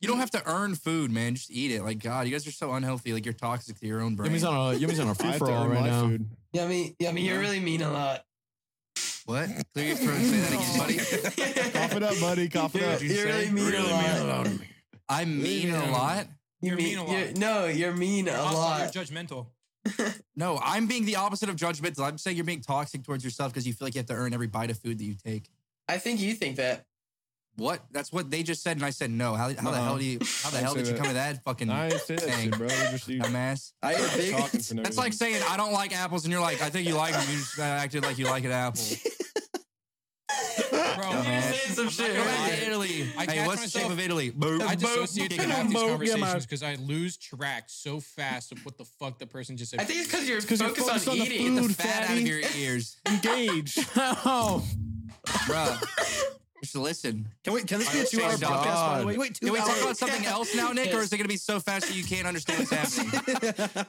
You don't have to earn food, man. Just eat it. Like, God, you guys are so unhealthy. Like, you're toxic to your own brain. Yumi's on a Yumi's on a I free have for to all earn right my now. food. Yummy, yummy. You're really mean a lot. what? Clear your throat. Say that again, buddy. <laughs> Cough it up, buddy. Cough it You're, up. you're really mean a lot. I mean a lot. You're mean a lot. you're- no, you're mean a Also, lot. You're judgmental. No, I'm being the opposite of judgmental. I'm saying you're being toxic towards yourself because you feel like you have to earn every bite of food that you take. I think you think that. What? That's what they just said, and I said no. How, how the No. hell do you? How the Don't hell say did you that. come to that fucking I ain't say that Dang. shit, bro. You're just you dumbass? I ate a big. talking for no That's like reason. saying I don't like apples, and you're like, I think you like them. You just uh, acted like you like an <laughs> apple. Bro, Yeah, man. Saying some not Go shit. gonna back lie. right? to Italy. I hey, catch what's the shape myself- of Italy? Boom. I dissociate and have these Mo- yeah, conversations man. because I lose track so fast of what the fuck the person just said. I think it's because you're 'cause focused, you're focused on on, the eating. Get the food, fat out fatty. of your ears, <laughs> Oh. engage. bruh. Just listen. Can we? Can this be a Oh, two-hour God. podcast? By the way, wait, two Can we talk hours. about <laughs> something else now, Nick, or is it gonna be so fast that you can't understand what's happening?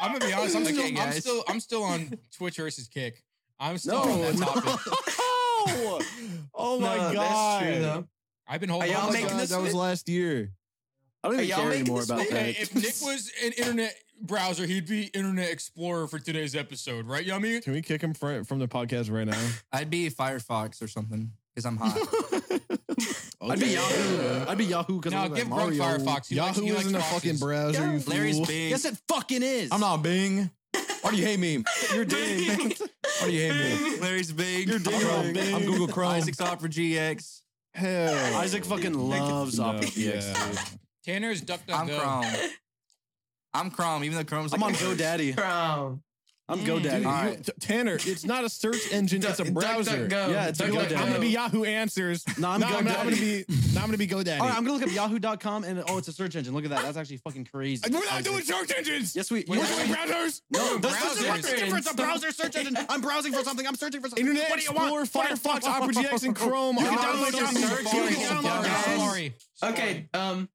I'm gonna be honest. I'm Okay, still, I'm guys. still, I'm still on Twitch versus Kick. I'm still on No, that topic. oh, oh my No, god. That's true, though. I've been holding. Are y'all on to Oh my making that. God, this that was fit? last year. I don't Are even y'all care making anymore this about big? that. Okay, if Nick <laughs> was an internet browser, he'd be Internet Explorer for today's episode, right, Yummy? Can we kick him fr- from the podcast right now? I'd be Firefox or something because I'm hot. I'd be Yahoo. I'd be Yahoo because No, I'm give like Brunk Mario. Firefox. He likes- Yahoo he likes isn't a foxes. fucking browser. Yeah. you fool. Larry's big. Yes, it fucking is. I'm not Bing. Why do you hate me? You're ding. Why do you hate me? Larry's big. You're I'm, Chrome. I'm Google Chrome. Isaac's off for GX. Hell. <laughs> Isaac fucking loves No, Opera yeah, GX. dude. Tanner's duck duck I'm Chrome. I'm Chrome, even though Chrome's like I'm on GoDaddy. Crown. I'm Dude, GoDaddy. you- All right. T- Tanner, it's not a search engine; <laughs> it's a Duck- browser. DuckDuckGo. Yeah, it's You're like, I'm gonna be Yahoo Answers. No, I'm no, I'm, not, I'm GoDaddy. gonna be. No, I'm gonna be GoDaddy. All right, I'm gonna look up Yahoo.com and oh, it's a search engine. Look at that. That's actually fucking crazy. We're not Isaac. doing search engines. Yes, we. We're yes, doing we- browsers. No, That's such a browsers. fucking difference. A <laughs> browser search engine. I'm browsing for something. I'm searching for something. Internet What do you want? Explorer, What do you Firefox, want? Opera GX, and Chrome. <laughs> You are can all download those your things. search You engine. can download Dumbass. apps. Sorry. Okay, um,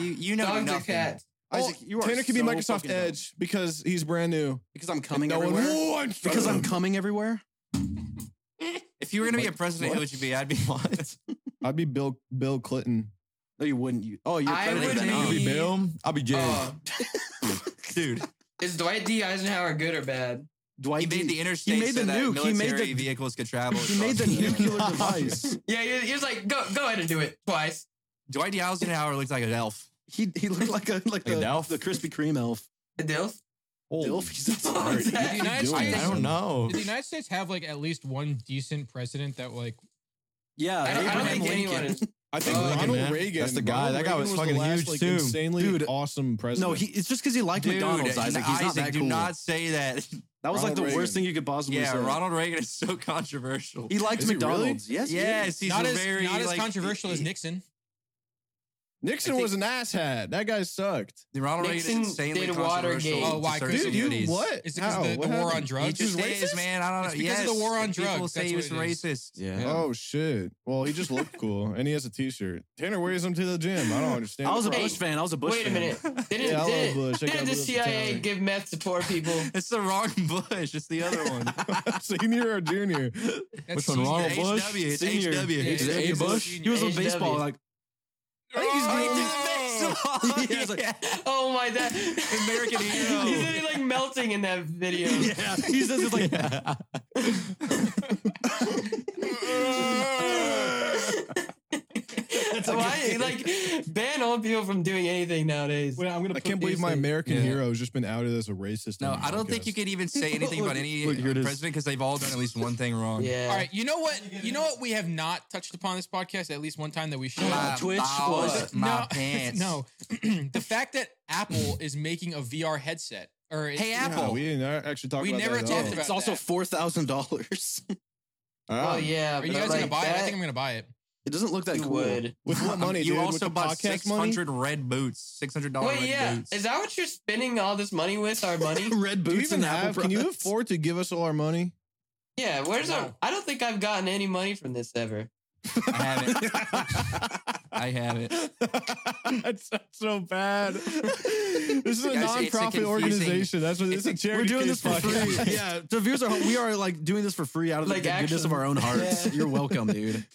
You, you know dogs or nothing. cats? Isaac, you are Tanner could be so Microsoft fucking dumb. Edge because he's brand new. because I'm coming No <laughs> one everywhere. wants Because I'm them. coming everywhere. If you were gonna be a president, who would you be? I'd be what? I'd be Bill Bill Clinton. No, you wouldn't. You. Oh, you're. I better would than be- I'll be Bill. I'll be Jay. Uh, Dude, is Dwight D. Eisenhower good or bad? Dwight he D. made the interstate made so the that nuke. He made military the- vehicles could travel. He <laughs> made the across nuclear device. Yeah, he, he was like, go, go ahead and do it twice. Dwight D. Eisenhower looks like an elf. He he looked like a like Like an the, elf? the Krispy Kreme elf. A dilf? <laughs> Dilf. He's a What was sorry. The that? United doing? States, I don't Oh, know. Did the United States have like at least one decent president that like? Yeah, I don't, I don't Abraham think anyone Lincoln. is. I think Oh, Lincoln, Ronald man. Reagan. That's the guy. Ronald That guy Reagan was the fucking last, huge, like, too. Insanely Dude. awesome president. No, he, it's just because he liked McDonald's, Isaac. He's not that do cool. not say that. That was like Ronald the Reagan. worst thing you could possibly Yeah, say. Ronald Reagan is so controversial. he liked Is he really? McDonald's. Yes, he yes, he's not a as very not as like, controversial as he- Nixon. Nixon I think- was an asshat. That guy sucked. Ronald Reagan Nixon is insanely did controversial. Watergate. Oh, why? to certain Dude, you- communities. what? Is it because How? the, the What war on happened? He drugs? just Just is, man. I don't know. It's because of the Yes, war on People drugs. say That's he was what it is. racist. Yeah. Oh shit! Well, he just looked cool, and he has a T-shirt. Tanner wears them to the gym. I don't understand. <laughs> I was a Hey, Bush fan. I was a <laughs> Bush Wait a fan. minute. Didn't, Yeah, I love didn't, Bush. I didn't got the Bush CIA mentality. give meth to poor <laughs> people? <laughs> It's the wrong Bush. It's the other one. senior or junior. That's Which one, senior. Ronald Bush? HW. It's Senior. HW. Yeah, Is it yeah, A. Bush? senior. He was a HW. baseball like. Oh, he did Yeah, <laughs> it's the baseball. like- Oh my god. American <laughs> hero. He's literally like melting in that video. <laughs> Yeah, he says <laughs> it's like Why like ban old people from doing anything nowadays? I'm gonna. I can't believe my American hero has just been outed as a racist. No, on the I don't think podcast. you could even say anything about any Look, here it is. president because they've all done at least one thing wrong. Yeah. All right, you know what? You know what? We have not touched upon this podcast at least one time that we should. My Twitch balls, was- my <laughs> no, pants. No, <clears throat> the fact that Apple is making a VR headset or Hey, it- Yeah, Apple. we didn't actually talk. We about never that at talked all. about It's also that. four thousand dollars. yeah. Oh yeah. are you but, guys gonna like, buy it? I that think I'm gonna buy it. It doesn't look that you cool. would. <laughs> With what money? you dude? also With the bought podcast money? 600 red boots, $600 Wait, red yeah. boots. Is that what you're spending all this money with? Our money? <laughs> Red Do you boots even and Apple have? Can you products. afford to give us all our money? yeah. Where's our? No. I don't think I've gotten any money from this ever. I have it. <laughs> <laughs> I have it. That's so <laughs> bad. This is a Guys, it's a nonprofit confusing- organization. That's what it's, a charity. We're doing case this for podcast. <laughs> free. yeah, so viewers are we are like doing this for free out of Like the goodness action. of our <laughs> own hearts. Yeah. You're welcome, dude.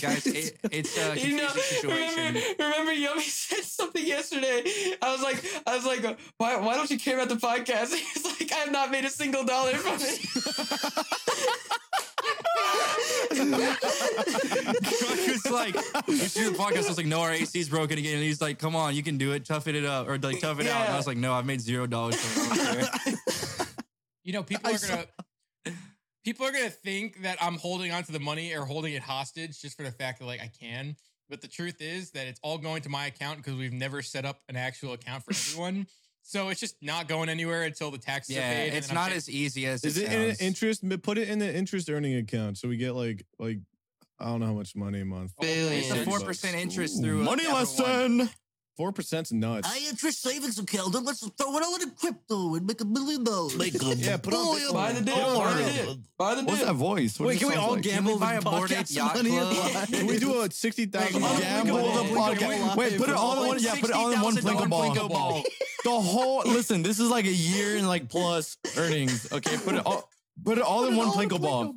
Guys, it, it's a confusing You know, situation. remember, <laughs> remember, Yummy <laughs> said something yesterday. I was like, I was like, why, why don't you care about the podcast? <laughs> He's like, I have not made a single dollar from <laughs> it. Drunk <laughs> was like, you see the podcast. I was like, no, our AC's broken again. And he's like, come on, you can do it. Toughen it up. Or like, tough it out. And I Yeah. was like, no, I've made zero dollars <laughs> from it. I don't care. You know, people are gonna people are gonna think that I'm holding on to the money or holding it hostage just for the fact that like I can. But the truth is that it's all going to my account because we've never set up an actual account for everyone. So it's just not going anywhere until the taxes are Yeah, paid. and it's then I'm not paying- as easy as Is it, it in an sounds. interest? but Put it in the interest earning account so we get like like I don't know how much money a month. It's a Billions. four percent interest through Money everyone. lesson. Four percent's nuts. interest savings account. Then let's throw it all into crypto and make a million dollars. Make a yeah, put on Bitcoin. buy the dip, buy the dip, buy the What's dip. that voice? What Wait, does can it we sound all like? gamble buy the a Bored Ape podcast Yacht money? <laughs> Club? Can we <laughs> do a sixty <laughs> thousand? Like, Gamble the Blinko podcast. Blinko Wait, put it all in one. Yeah, put it all in one $60,000 Plinko ball. Plinko ball. <laughs> The whole listen. This is like a year and like plus earnings. Okay, put it all. Put it all in one Plinko ball.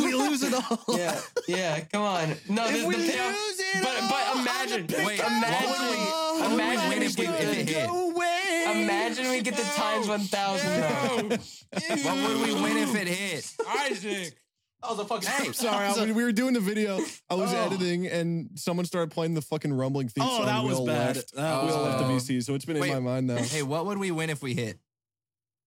we lose it all. Yeah, yeah. Come on. No, this, the payoff. But but imagine, Wait, imagine, what would we, what would we imagine win if we, if it hit? What imagine we get the times one thousand. would we win if it hit? <laughs> Isaac. Hey, <laughs> Sorry, <laughs> I- we were doing the video. I was editing, and someone started playing the fucking rumbling theme song. Oh, that We was all bad. Left. That We was all left the Oh. VC, so it's been Wait. in my mind now. hey, what would we win if we hit?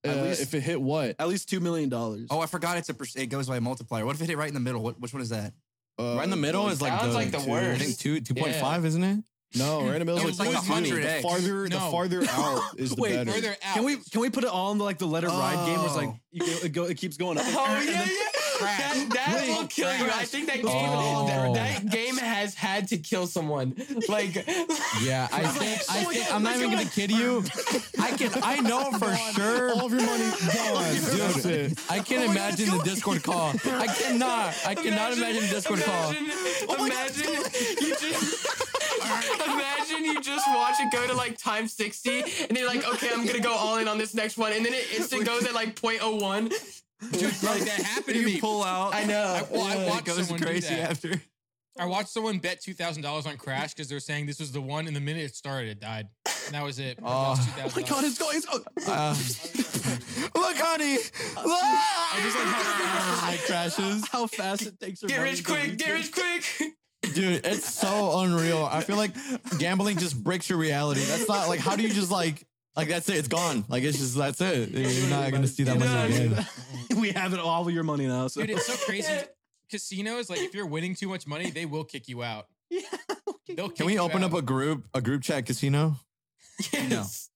Uh, least- if it hit what? at least two million dollars. Oh, I forgot it's a per- it goes by a multiplier. What if it hit right in the middle? What, which one is that? Uh, Right in the middle is like Sounds the, like the I worst. think two two point five, isn't it? No, right in the middle No, it's is like like, 100 The X. farther, the No. farther <laughs> out is the Wait, better. Further out. Can we can we put it all in the, like the letter ride game? Where it's like Oh. you go, it, go, it keeps going up. <laughs> <laughs> Oh yeah, yeah. Crash. That, that will kill you. I think that game Oh. that, that game has had to kill someone. Like Yeah, I think I think I'm not even gonna kid you. <laughs> I can I <laughs> know for sure. Oh All of your money gone. Dude. That's it. I can't imagine the Discord call. I <laughs> cannot. I cannot imagine the Discord call. imagine, Oh imagine you just <laughs> imagine you just watch it go to like time 60 and you're like, okay, I'm gonna go all in on this next one, and then it instant goes at like <laughs> 0.01. Dude, bro, that happened to You me. pull out. I know. I, well, I Yeah, it watched goes someone do crazy that. after. I watched someone bet two thousand dollars on Crash because they were saying this was the one, and the minute it started, it died, and that was it. Oh. That was $2,000. it's going. It's, oh, <laughs> Uh, <laughs> look, honey. Look! It crashes, how fast it takes. her Get money rich to quick, leave. get rich quick. dude. It's so unreal. I feel like gambling just breaks your reality. That's not like how do you just like like that's it. It's gone. Like it's just that's it. You're not gonna see that money <laughs> again. <laughs> we have it all of your money now. So Dude, it's so crazy. Casinos, like if you're winning too much money, they will kick you out. Yeah, Can we open up a group a group chat casino? Yes.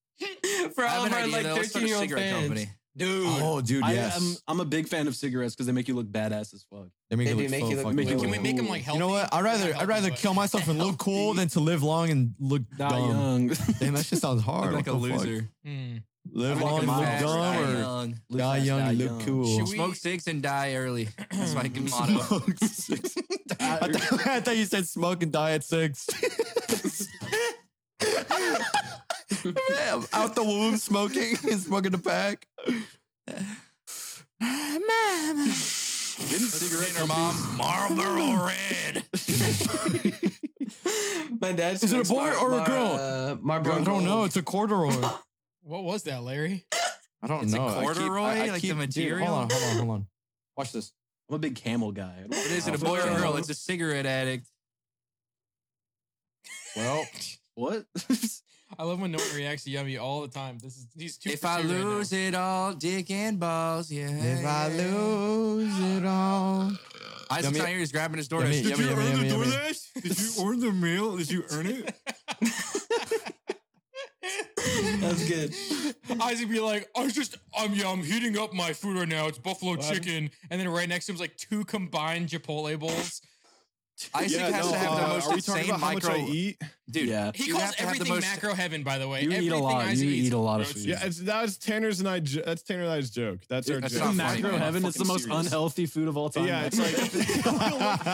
For all I have of an our idea, like though. Let's start 13 a year old cigarette fans. company. Dude. Oh, dude, I yes. am, I'm a big fan of cigarettes because they make you look badass as fuck. they make They you do look make so you look fucking make you Can cool. look we make them like healthy? You know what? I'd rather Not I'd rather healthy, kill myself and look cool than to live long and look Die dumb. <laughs> young. Damn, that shit sounds hard. like a What the fuck? loser. but- Mm. Live I'm like long a and look fast dumb guy. or Young. die fast, young die and look young. cool. <laughs> Should we- Smoke six and die early. That's my motto. I, thought, <laughs> I thought you said smoke and die at six. Man, out the womb smoking <laughs> and smoking the pack. Man. Didn't cigarette Her mom, Marlboro Red. <laughs> My dad's. Is it a boy or a girl? Uh, Marlboro. I don't know. It's a corduroy. What was that, Larry? I don't It's a know. I keep- corduroy, I- I like the keep- Dude, material? hold on, hold on, hold on. Watch this. I'm a big camel guy. I don't- It isn't a boy or a girl. It's a cigarette addict. Well, What? I love when no one reacts to Yummy all the time. This is these two. If I lose it all, dick and balls, yeah. if I lose it all. Isaac's Yummy- not here. He's grabbing his door. Yummy, yummy, yummy, yummy, yummy. Did you order the meal? Did you earn it? <laughs> That's good. Isaac be like, I was just, I'm, yeah, I'm heating up my food right now. It's buffalo chicken, and then right next to him's like two combined Chipotle bowls. Isaac Yeah, has no, to have uh, the most are we talking insane about how micro. much I eat? Dude, Yeah. He You calls have to have the everything most- macro heaven, by the way. You everything eat a lot. Isaac You eats- eat a lot of Bro, it's- food. Yeah, it's that's Tanner's and I. jo- That's Tanner and I's joke. That's our That's joke. not funny, Macro man. heaven. It's the Fucking most serious. unhealthy food of all time. Yeah, it's man. like looking <laughs> like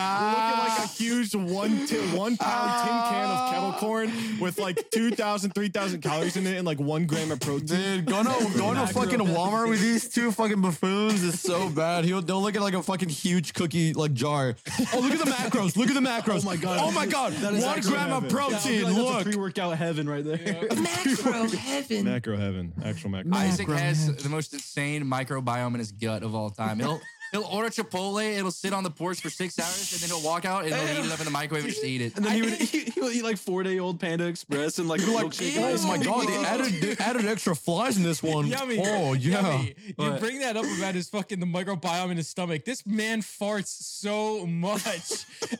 a huge one ti- one pound tin can of kettle corn with like 2,000, 3,000 calories in it and like one gram of protein. Dude, going to going to fucking Walmart with these two fucking buffoons is so bad. He'll they'll look at like a fucking huge cookie like jar. Oh, look at the macros! Look at the macros! Oh my god! Oh my god! One actually gram of heaven. Yeah, I protein. feel like that's a look, pre-workout heaven right there. Macro heaven. Macro heaven, actual macro. Isaac has the most insane microbiome in his gut of all time. <laughs> He'll he'll order Chipotle, it'll sit on the porch for six hours, and then he'll walk out and he'll heat it up in the microwave and just eat it. And then he would, he, he would eat like four day old Panda Express and like a milkshake. oh my god! They added they added extra flies in this one. Yummy. Oh yeah. Yummy. You bring that up about his fucking the microbiome in his stomach. This man farts so much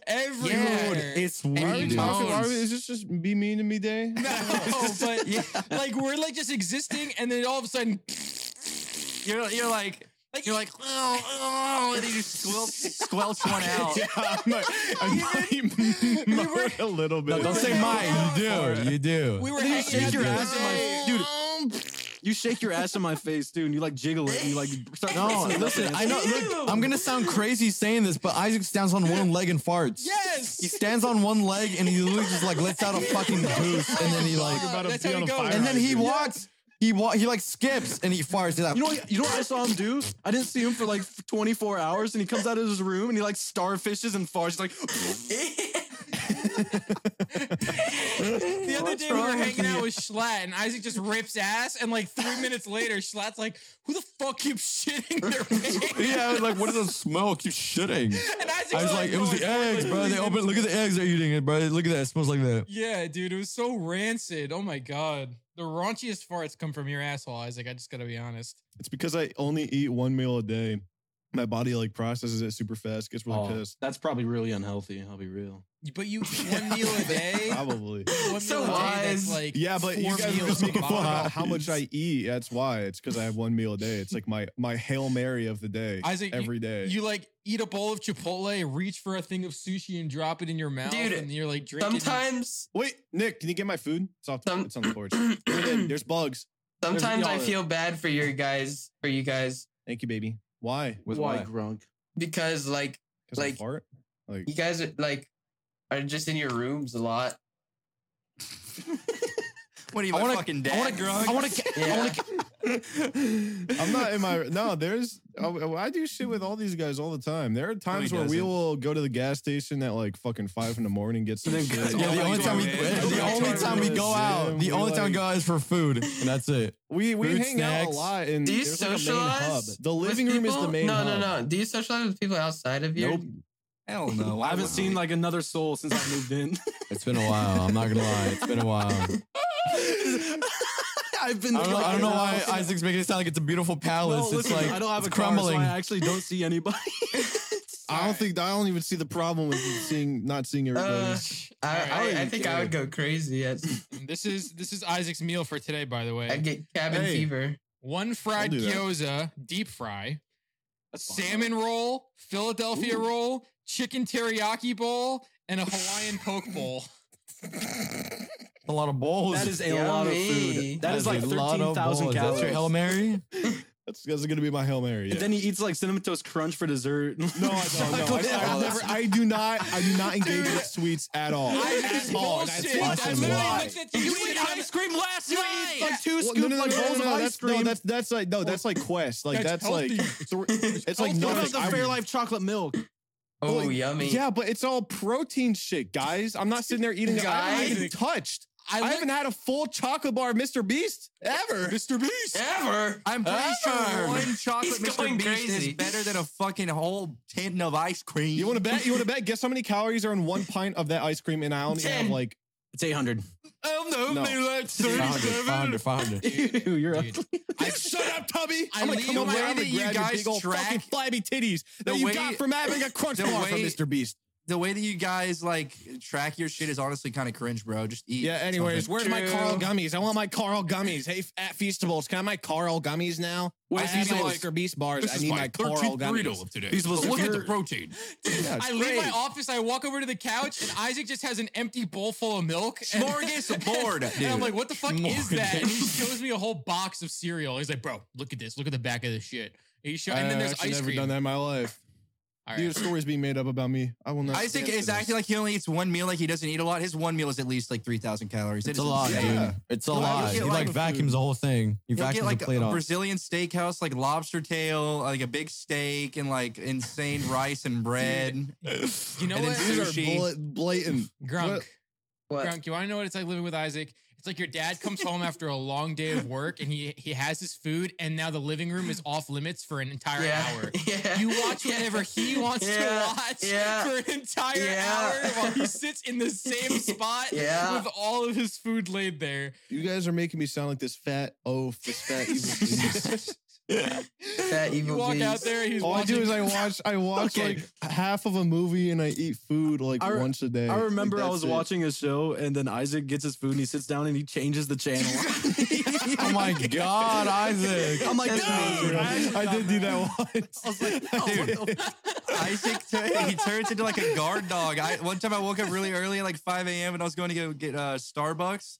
everywhere. It's <laughs> And Why are we he talking? Why are we, moans. is this just be mean to me day? no, <laughs> but like we're like just existing, and then all of a sudden, You're you're like you're like oh, oh, and then you squelch squelch one out. <laughs> Yeah, I might, I might moan a little bit. Don't say mine. You do. You do. we were Then you hanging shake out your the other ass in day. my dude. You shake your ass in my face too, and you like jiggle it, and you like start. no, pressing it listen. up I know. Look, I'm gonna sound crazy saying this, but Isaac stands on one leg and farts. He Yes. stands on one leg and he literally just like lets out a fucking goose and then he like You're about to That's be how on it a goes. fire and then he hydrant. walks he wa- he like skips and he fires it out. You know, what, you know what I saw him do? I didn't see him for like 24 hours, and he comes out of his room and he like starfishes and farts. He's like, The other day we were hanging out with Schlatt, and Isaac just rips ass, and like three minutes later, Schlatt's like, "Who the fuck keeps <laughs> shitting their pants?" yeah, I was like what is the smell? Keep shitting. And Isaac's I was like, it was the "Oh, it's eggs, like bro. They really open. Look at the eggs they're eating it, bro. Look at that. It smells like that. Yeah, dude, it was so rancid. Oh my god. The raunchiest farts come from your asshole, Isaac. I just gotta be honest. It's because I only eat one meal a day. My body like processes it super fast, gets really "Oh, pissed. that's probably really unhealthy. I'll be real. But you eat one meal a <laughs> day. <laughs> Probably. One So meal a day wise. that's like Yeah, but you four guys are meals just making fun combined. about how much I eat. That's why. It's because I have one meal a day. It's like my my hail mary of the day. Isaac, you- every day. You like eat a bowl of Chipotle, reach for a thing of sushi, and drop it in your mouth, Dude, and you're like drinking. Sometimes, <clears throat> Wait, Nick, can you get my food? It's off. Um, Some- it's on the porch. <clears throat> Put it in. There's bugs. sometimes I Y'all- feel bad for your guys, for you guys, Thank you, baby. Why? With Why, Grunk? because like Because I Like- fart. <laughs> Like you guys are like are just in your rooms a lot. What are you I my wanna- fucking <laughs> I want dad? to. I want to. Oh, Yeah. I'm not in my. No, there's. I, I do shit with all these guys all the time. There are times where we doesn't. will go to the gas station at like fucking five in the morning, <laughs> get some then shit. go- Yeah, the Oh only my time we God. the Yeah. only time we go out, the Yeah, only we time we like- go out is for food, and that's it. We we Food, hang out snacks. a lot and Do you there's like a main hub. socialize The living With room is the people? main No, hub. no, no. Do you socialize with people outside of your? Nope. Hell no. I haven't seen like another soul since I moved in. <laughs> It's been a while. I'm not gonna lie. It's been <laughs> a while. I've been. I don't know, I like, don't know why around- Isaac's making it sound like it's a beautiful No, palace. listen, it's like I don't have a it's car, so crumbling. I actually don't see anybody. I don't think I don't even see the problem with seeing not seeing everybody. Uh, I, I, I think I would go crazy. I'd, This is this is Isaac's meal for today, by the way. I'd get cabin Hey. fever. one fried I'll do that. gyoza, deep fry, salmon roll, Philadelphia roll, chicken teriyaki bowl, and a Hawaiian <laughs> poke bowl. A lot of bowls. That is a lot of Yummy. food. that is, That like a lot of thirteen thousand bowls. That's your calories. Hail Mary? That's, that's gonna be my hail mary. And yeah. then he eats like cinnamon toast crunch for dessert. <laughs> No, I don't. No, I, I never. I do not. I do not engage with sweets at all. I, that's At all. bullshit. That's I fucking literally why. looked at you. You ate ice cream. last night. like two Well, scoops, no, no, no, like no, no, bowls no, of ice that's, no, cream. that's that's like no, that's like Quest. Like That's that's, like th- it's like healthy. what about nothing. the I- Fairlife chocolate milk? Oh, like, yummy. yeah, but it's all protein shit, guys. I'm not sitting there eating. it. I haven't even touched. I, I looked- haven't had a full chocolate bar, of Mr. Beast, ever. Mr. Beast. Ever. I'm pretty Ah! sure <laughs> Ever. one chocolate He's Mr. going Beast crazy. is better than a fucking whole tin of ice cream. You want to bet? You want to bet? Guess how many calories are in one pint of that ice cream, and I only have <laughs> Ten. like It's eight hundred. Oh no, No. they like 500, 500, 500. You're up. I shut up, Tubby. I I'm gonna leave come the over way here and that you grab guys your big old track- fucking flabby titties that the you way- got from having a <laughs> crunch the bar from way- Mr. Beast. The way that you guys like track your shit is honestly kind of cringe, bro. Just eat. Yeah. Anyways, something. where's my True. Carl gummies? I want my Carl gummies. Hey, at Feastables, can I have my Carl gummies now? I Where's have Feastables? my Mr. Beast bars. I need my Carl 13th gummies. of today. These was- look at the you're- protein. I leave my office. I walk over to the couch, and Isaac just has an empty bowl full <laughs> of milk. and- Smorgasbord. <laughs> And I'm like, what the fuck is that? And he Smorgasbord. shows me a whole box of cereal. He's like, bro, look at this. Look at the back of this shit. And, he show- and then I there's Uh, actually ice never cream. done that in my life. All Dude, right. stories being made up about me. I will not. Isaac stand is for this. acting like he only eats one meal, like he doesn't eat a lot. His one meal is at least like three thousand calories. It It's is a lot, insane. Yeah. dude. It's a You'll lot. get He like like a vacuums the whole thing. He You'll get vacuums like the plate a, up. Brazilian steakhouse, like lobster tail, like a big steak, and like insane rice and bread. You know and then what? These are sushi. bullet- blatant. Grunk. What- What? Grunk, you want to know what it's like living with Isaac? It's like your dad comes home after a long day of work and he, he has his food, and now the living room is off limits for an entire yeah. <laughs> hour. <laughs> yeah. You watch <laughs> whatever he wants Yeah. to watch Yeah. for an entire Yeah. hour while he sits in the same spot Yeah. with all of his food laid there. You guys are making me sound like this fat oaf, this fat evil beast. That You evil walk out beast. there, he's All I watching do is I watch I watch Okay. like half of a movie and I eat food like I re- once a day. I remember Like, I that's was it. watching a show and then Isaac gets his <laughs> food and he sits down and he changes the channel. oh my god, Isaac. I'm like, That's dude, amazing. <laughs> I- I did do that once. I was like, no, what the <laughs> f- Isaac, tu- he turns into like a guard dog. I one time I woke up really early, at like 5 a.m., and I was going to go get uh, Starbucks,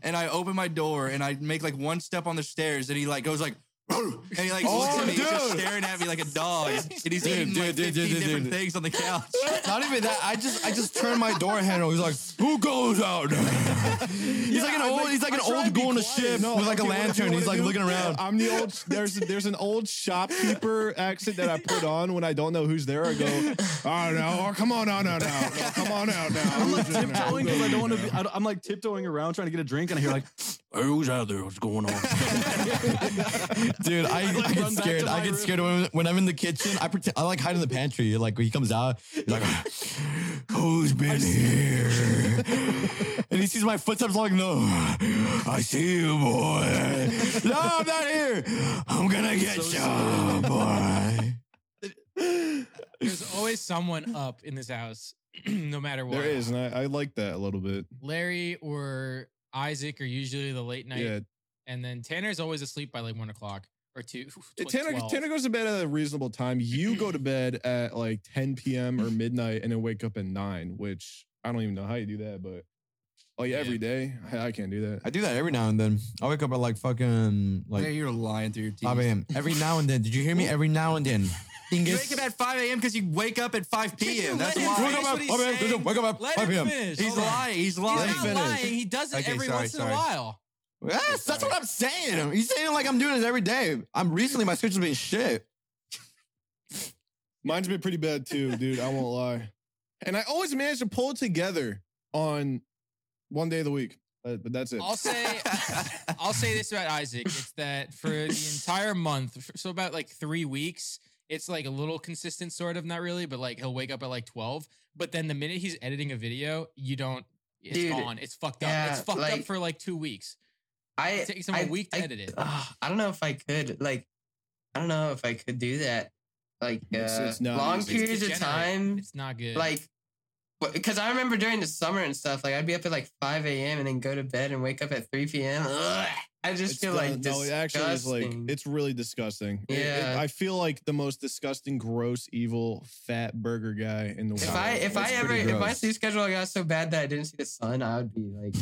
and I open my door and I make like one step on the stairs, and he like goes like. <clears throat> And he like looks at me, he's just staring at me like a dog, and he's eating Oh, dude, like 15 dude, dude, different dude. things on the couch. Not even that. I just I just turned my door handle. He's like, who goes out? <laughs> he's like an old he's like an old guy on a ship with like a lantern. He's like looking around. I'm the old. There's there's an old shopkeeper accent that I put on when I don't know who's there. I go, oh no, or come on out now, now, No, come on out now. I'm like tiptoeing because I don't want to be. I don't- I'm like tiptoeing around trying to get a drink and I hear like, hey, who's out there? What's going on? Dude, I, I get run back scared. to I my get room. scared when, when I'm in the kitchen. I pretend I like hide in the pantry. Like when he comes out, he's like, <laughs> "Who's been here?" <laughs> and he sees my footsteps. Like, no, I see you, boy. no, I'm not here. I'm gonna get you, boy. There's always someone up in this house, <clears throat> no matter what. There is, and I, I like that a little bit. Larry or Isaac are usually the late night, Yeah, and then Tanner's always asleep by like one o'clock or two. <laughs> like Tanner 12. Tanner goes to bed at a reasonable time. You go to bed at like 10 p.m. or midnight, and then wake up at nine. Which I don't even know how you do that, but like Yeah. every day, I, I can't do that. I do that every now and then. I wake up at like fucking Like, like you're lying through your teeth. 5 a.m. Every now and then. Did you hear me? Every now and <laughs> then. You Dingus. wake up at 5 a.m. because you wake up at 5 p.m. That's Let him why. finish Wake up what at 5 he's a.m. saying. Wake up at Let 5 him a.m. finish. He's Hold on. lying. He's He's lying. not lying. He does it Okay, every sorry, once in sorry. a while. Yes, that's what I'm saying. He's saying it like I'm doing this every day. I'm recently my schedule's been shit. Mine's been pretty bad too, dude. I won't lie. And I always manage to pull it together on one day of the week, Uh, but that's it. I'll say, <laughs> <laughs> I'll say this about Isaac: it's that for the entire month, f- so about like three weeks, it's like a little consistent, sort of, not really, but like he'll wake up at like twelve. But then the minute he's editing a video, you don't. It's Dude, gone. It's fucked up. yeah, it's fucked up like- for like two weeks. I, It takes him a a week to edit it. Ugh, I don't know if I could. Like, I don't know if I could do that. Like, uh, It's- it's not long easy. It's periods of degenerate. time. It's not good. Like, because I remember during the summer and stuff, like I'd be up at like 5 a.m. and then go to bed and wake up at 3 p.m. Ugh. I just feel like the- no, it actually is like disgusting. it's really disgusting. It- it- Yeah. I feel like the most disgusting, gross, evil, fat burger guy in the world. If I if I It's ever pretty if my gross. sleep schedule got so bad that I didn't see the sun, I would be like,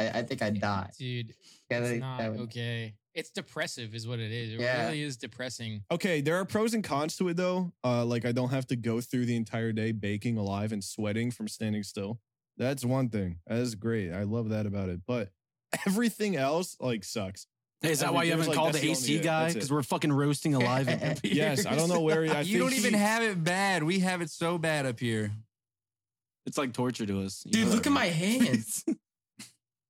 I, I think I'd die. dude. Yeah, It's that- not that would- okay. It's depressive, is what it is. It Yeah. really is depressing. Okay, there are pros and cons to it though. Uh, like I don't have to go through the entire day baking alive and sweating from standing still. That's one thing. That is great. I love that about it. But <laughs> everything else like sucks. Hey, is that Every why you beer's haven't like, called that's the the AC only- guy? that's it. Because we're fucking roasting alive. in here. Yes, I don't know where. he- I <laughs> you don't think even he- have it bad. We have it so bad up here. it's like torture to us. you Dude, know? look at my hands.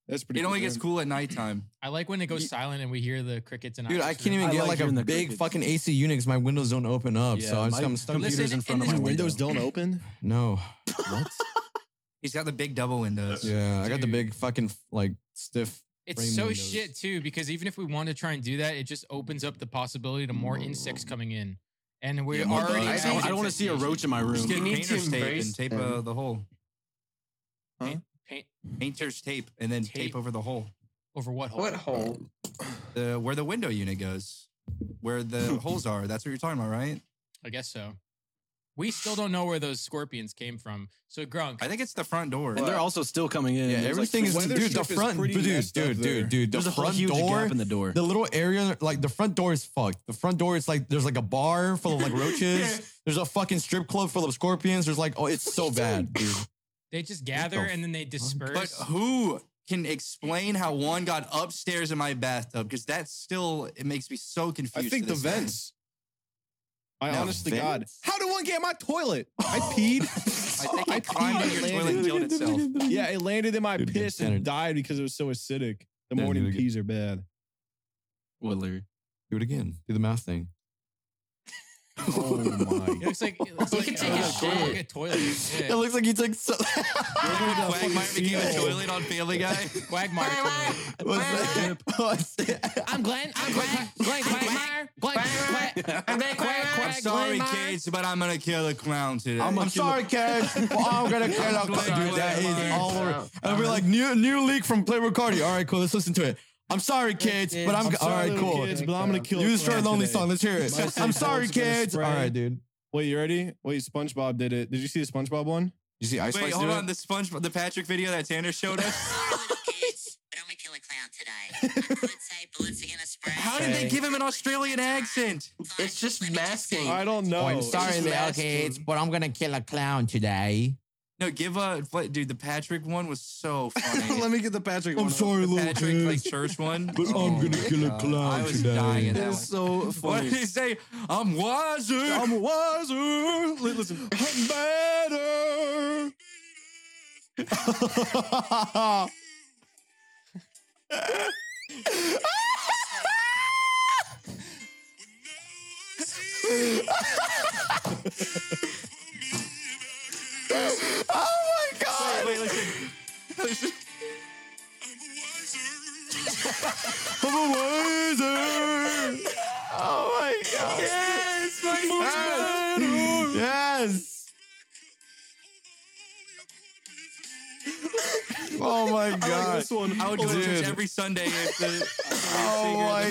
That's pretty. It only good. gets cool at nighttime. I like when it goes silent and we hear the crickets and Dude, I can't even I get like like, hearing the a big crickets. fucking AC unit because my windows don't open up. so Yeah, I'm, just, my I'm stuck. computer's Listen, in front of and my Your this- window. windows don't open. No. He's got the big double windows. Yeah, I got the Dude. big fucking like stiff. It's frame so windows. shit too, because even if we want to try and do that, it just opens up the possibility to more insects coming in, and we're Yeah, well, already. I- I don't, I don't want to see a roach in my room. Just get You need painter's to tape embrace and tape uh, them. the hole. paint Painter's tape and then tape, Tape. over the hole. over what hole? what hole? The where the window unit goes, where the holes are. That's what you're talking about, right? I guess so. We still don't know where those scorpions came from. So Grunk, I think it's the front door. And they're also still coming in. Yeah, There's, like, everything the is weather dude. The strip is front, pretty dude, dude, messed up dude, there. dude, The There's a front huge door, gap in the door. the little area, like the front door is fucked. The front door, it's like there's like a bar full of <laughs> like roaches. There's a fucking strip club full of scorpions. There's like, oh, it's so bad, dude. they just gather the and then they but oh, disperse. who can explain how one got upstairs in my bathtub? Because that's still it makes me so I confused. think to the this day. vents. I No, honest to vents? God, how did one get in my toilet? I peed. I think it climbed peed in your and toilet and killed itself. yeah, it landed in my Dude, piss and Tanner- died because it was so acidic. The Tanner, morning dude, I get- peas are bad. What, Larry? Do it again. Do the mouth thing. Oh it my! looks like it looks You like can uh, take a like shit. a toilet. It Yeah. looks like you took. So- <laughs> Quagmire became a seal. toilet on Family Guy. Quagmire. toilet. What's that? <laughs> What's that? I'm Glenn. I'm <laughs> Glenn. Glenn Quagmire. Glenn. Quagmire. I'm back, I'm quack, quack. sorry, Quagmire. kids, but I'm gonna kill a clown today. <laughs> I'm I'm sorry, Cash. Well, I'm gonna cut out. Dude, sorry, that is Larry. all over. Wow. And we're like, new new leak from Play Ricardi. All right, cool. Let's listen to it. I'm sorry, kids, but I'm, I'm all sorry, right. little Cool. Kids, but I'm gonna kill. You a destroy clown lonely today. song. Let's hear My it. seed I'm sorry, ball's gonna kids. All spread. right, dude. Wait, you ready? Wait, SpongeBob did it. Did you see the SpongeBob one? You see Ice Wait, hold on. The SpongeBob, the Patrick video that Tanner showed <laughs> us. Sorry, little kids, but I'm gonna kill a clown today. Bullets say bullets are gonna spray. How did they Okay. give him an Australian accent? It's just masking. I don't know. sorry, little kids, but I'm gonna kill a clown today. No, give a fl- dude. The Patrick one was so funny. <laughs> Let me get the Patrick. I'm one. the sorry, little Patrick like kids. church one. But I'm gonna my kill a God. clown I was today. dying at That that is one. so <laughs> What funny. did he say? I'm wiser. I'm wiser. Li- <laughs> Listen, I'm <laughs> better. Oh wait, wait, listen. Listen. Oh my god. Yes, yes. Oh <laughs> my god. this one. I would go to Dude. church every Sunday if the. Oh my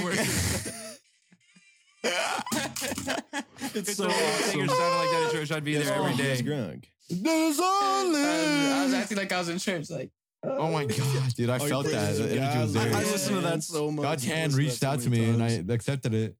god. It's So so singer sounded like awesome. that at church. I'd be there every It's day. Grunk. There's only. I was, <laughs> I was acting like I was in church. Like, Oh my god, <laughs> dude! I Oh, you felt praise that. him, The energy was God. there. I listen to that so much. God's I hand listen reached that so out to many me, and times. I accepted it.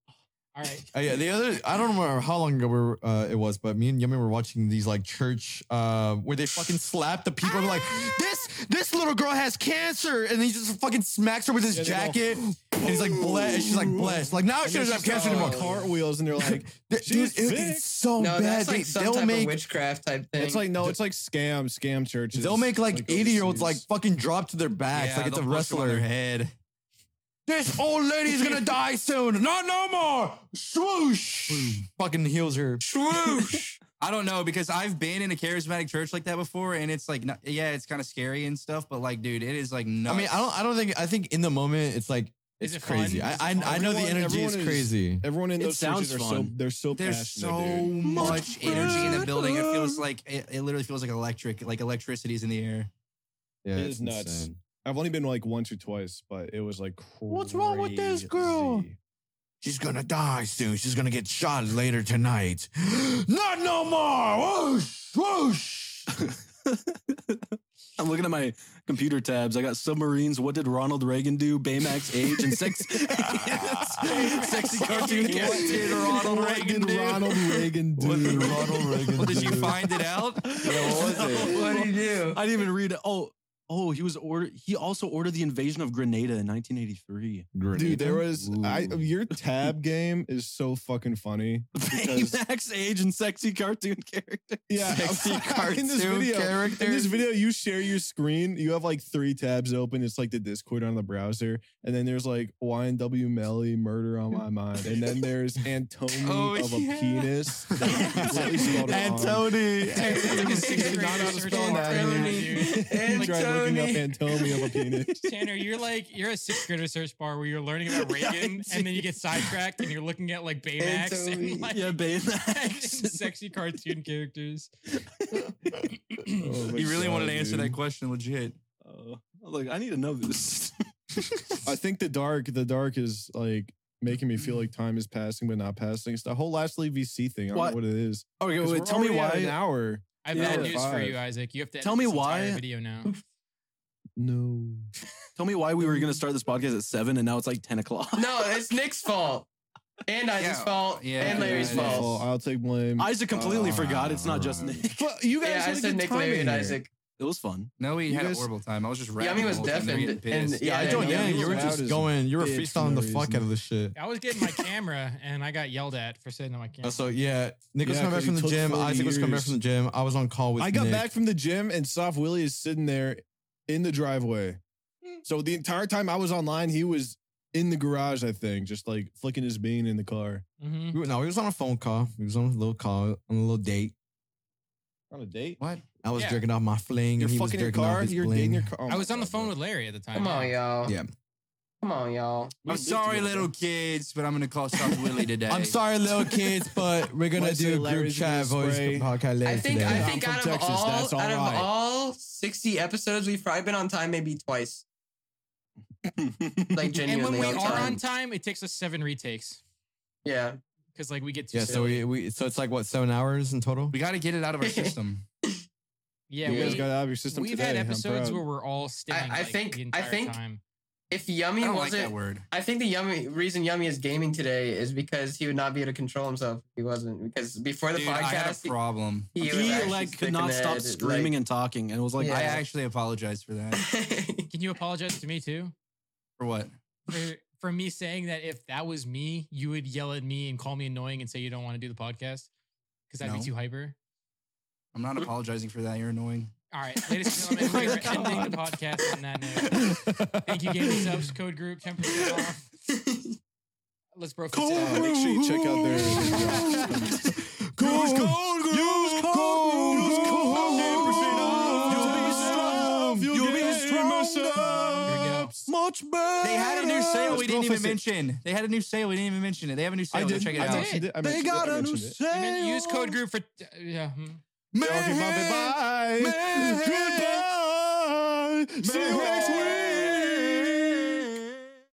All right. Uh, yeah, the other I don't remember how long ago we were, uh, it was, but me and Yummy were watching these like church uh, where they fucking slap the people. They're like, Ah! this this little girl has cancer, and he just fucking smacks her with his Yeah, they go, jacket, and he's like blessed. And she's like blessed. Like now she And doesn't then have she's cancer got anymore. Cartwheels, <laughs> and they're like, Th- Dude, she's it- fixed. it's so "Oh, no, bad. that's like they, some they'll type make of witchcraft type thing. It's like no, it's like scam, scam churches. they'll make like eighty year olds like overseas. fucking drop to their backs Yeah, like it's a they'll push them on their wrestler. head. This old lady's <laughs> gonna die soon. Not no more. Swoosh. fucking heals her. Swoosh. I don't know because I've been in a charismatic church like that before, and it's like, not, yeah, it's kind of scary and stuff, but like, dude, it is like nuts. I mean, I don't. I don't think. I think in the moment, it's like Is It's it fun? crazy. I, I I know the Everyone- energy is everyone is- crazy. Everyone in It those churches sounds are so fun. they're so There's passionate. so dude. much energy in the building. It feels like it, it literally feels like electric, like electricity's in the air. Yeah, It it's is nuts. insane. I've only been like once or twice, but it was like What's wrong with this girl? crazy. She's gonna die soon. She's gonna get shot later tonight. <gasps> Not no more. Whoosh, whoosh. I'm looking at my computer tabs. I got submarines. What did Ronald Reagan do? Baymax age and sex, <laughs> <laughs> sexy cartoon character. Ronald What Reagan did do? Ronald Reagan do? What did Ronald Reagan Well, did you do? find it out? <laughs> what do you do? I didn't even read it. Oh, oh, he was ordered. He also ordered the invasion of Grenada in 1983. Dude, there was I, <laughs> <laughs> Ooh. your tab game is so fucking funny. Because- Baymax age and sexy cartoon character. Yeah, <laughs> in this video, <laughs> in this video, you share your screen. You have like three tabs open. It's like the Discord on the browser, and then there's like YNW Melly murder on my mind, and <laughs> then there's Antony Oh, of a yeah. <laughs> penis. Completely spelled wrong. Tony. It took us sixth Not grade how to to search spell for that. Antony, dude. You tried looking up Antony of <laughs> a penis. Tanner, you're like you're a sixth grader search bar where you're learning about Reagan, and then you get sidetracked, and you're looking at like Baymax Tony. and like Yeah, and <laughs> Baymax. sexy cartoon characters. Oh my You really God, wanted to answer dude. that question legit. <laughs> Oh, look, I need to know this. I think the dark, the dark is like making me feel like time is passing but not passing. It's the whole last leave VC thing. I don't What? know what it is. Okay, 'Cause wait, we're tell me already at an why. hour. I have Yeah. bad news for Five. you, Isaac. You have to edit Tell me this entire why- video now. No. Tell me why we were gonna start this podcast at seven and now it's like 10 o'clock. <laughs> <laughs> No, it's Nick's fault. And Isaac's Yeah, fault. yeah, and Larry's yeah, yeah. fault. I'll take blame. Isaac completely Oh, forgot. It's not just alright. Nick. <laughs> but you guys Yeah, had I a said good Nick, time Larry, in and here. Isaac. It was fun. No, we You had guys- a horrible time. I was just Yeah, I rapping. mean, it was the whole time. deaf They were and, getting and- pissed. yeah, I yeah, joined yeah. in. Yeah, he you were was loud just as going. You were bitch for freestyling no the fuck reason. out of this shit. I was getting my camera, and I got yelled at for sitting on my camera. So yeah, Nick was Yeah, coming back 'cause it from the took gym. 40 Isaac was coming back years. from the gym. I was on call with. I got Nick. back from the gym and Soft Willie is sitting there in the driveway. So the entire time I was online, he was in the garage, I think, just like flicking his bean in the car. Mhm. We were- No, he was on a phone call. He was on a little call, on a little date. On a date? What? I was Yeah. jerking off my fling, You're and he was fucking in your jerking off car. his You're bling. in your car. Oh I my was on the God, phone bro. with Larry at the time. Come on, yeah. y'all. Yeah. Come on, y'all. I'm sorry, little kids, but I'm gonna call South Willie today. I'm sorry, little <laughs> kids, but we're gonna Let's say do a group Larry's gonna chat voice spray. podcast later I think today. I I'm think from out of Texas, all that's all out of right. all sixty episodes, we've probably been on time maybe <laughs> twice. like And genuinely when we on are time. on time, it takes us seven retakes yeah, because like we get too yeah. So silly. we, we so it's like what seven hours in total. We got to get it out of our system. yeah, You we, guys got out of your system we've today. had I'm episodes proud. where we're all staying. I like, think- the I entire think- time. if I Yummy don't like wasn't, that word. I think the Yummy reason Yummy is gaming today is because he would not be able to control himself. if He wasn't because before the Dude, I had podcast, a problem. he, was he actually like could sticking not the stop head, screaming and talking and it was like Yeah. I actually apologize for that. <laughs> like- Can you apologize to me too For what? for, for me saying that if that was me, you would yell at me and call me annoying and say you don't want to do the podcast because I'd No. be too hyper. I'm not apologizing for that. You're annoying. All right, ladies and gentlemen, we are ending the podcast on that note. Thank you, Gaming Subs Code Group, ten percent off. Let's bro. fix it Code out. Group. make sure you check out their- <laughs> Use code. Use code. Use code. 10% off. You'll be strong. You'll You'll be be stronger. Here we strong. go. Much better. They had a new sale we Let's go didn't even fix it. mention. They had a new sale we didn't even mention it. They have a new sale. I Go did. check it I out. mentioned it. I they mentioned it. I got a new mentioned it. And then sale. use Code Group for yeah. hmm. Okay, bye, bye, bye. Goodbye. See you next week.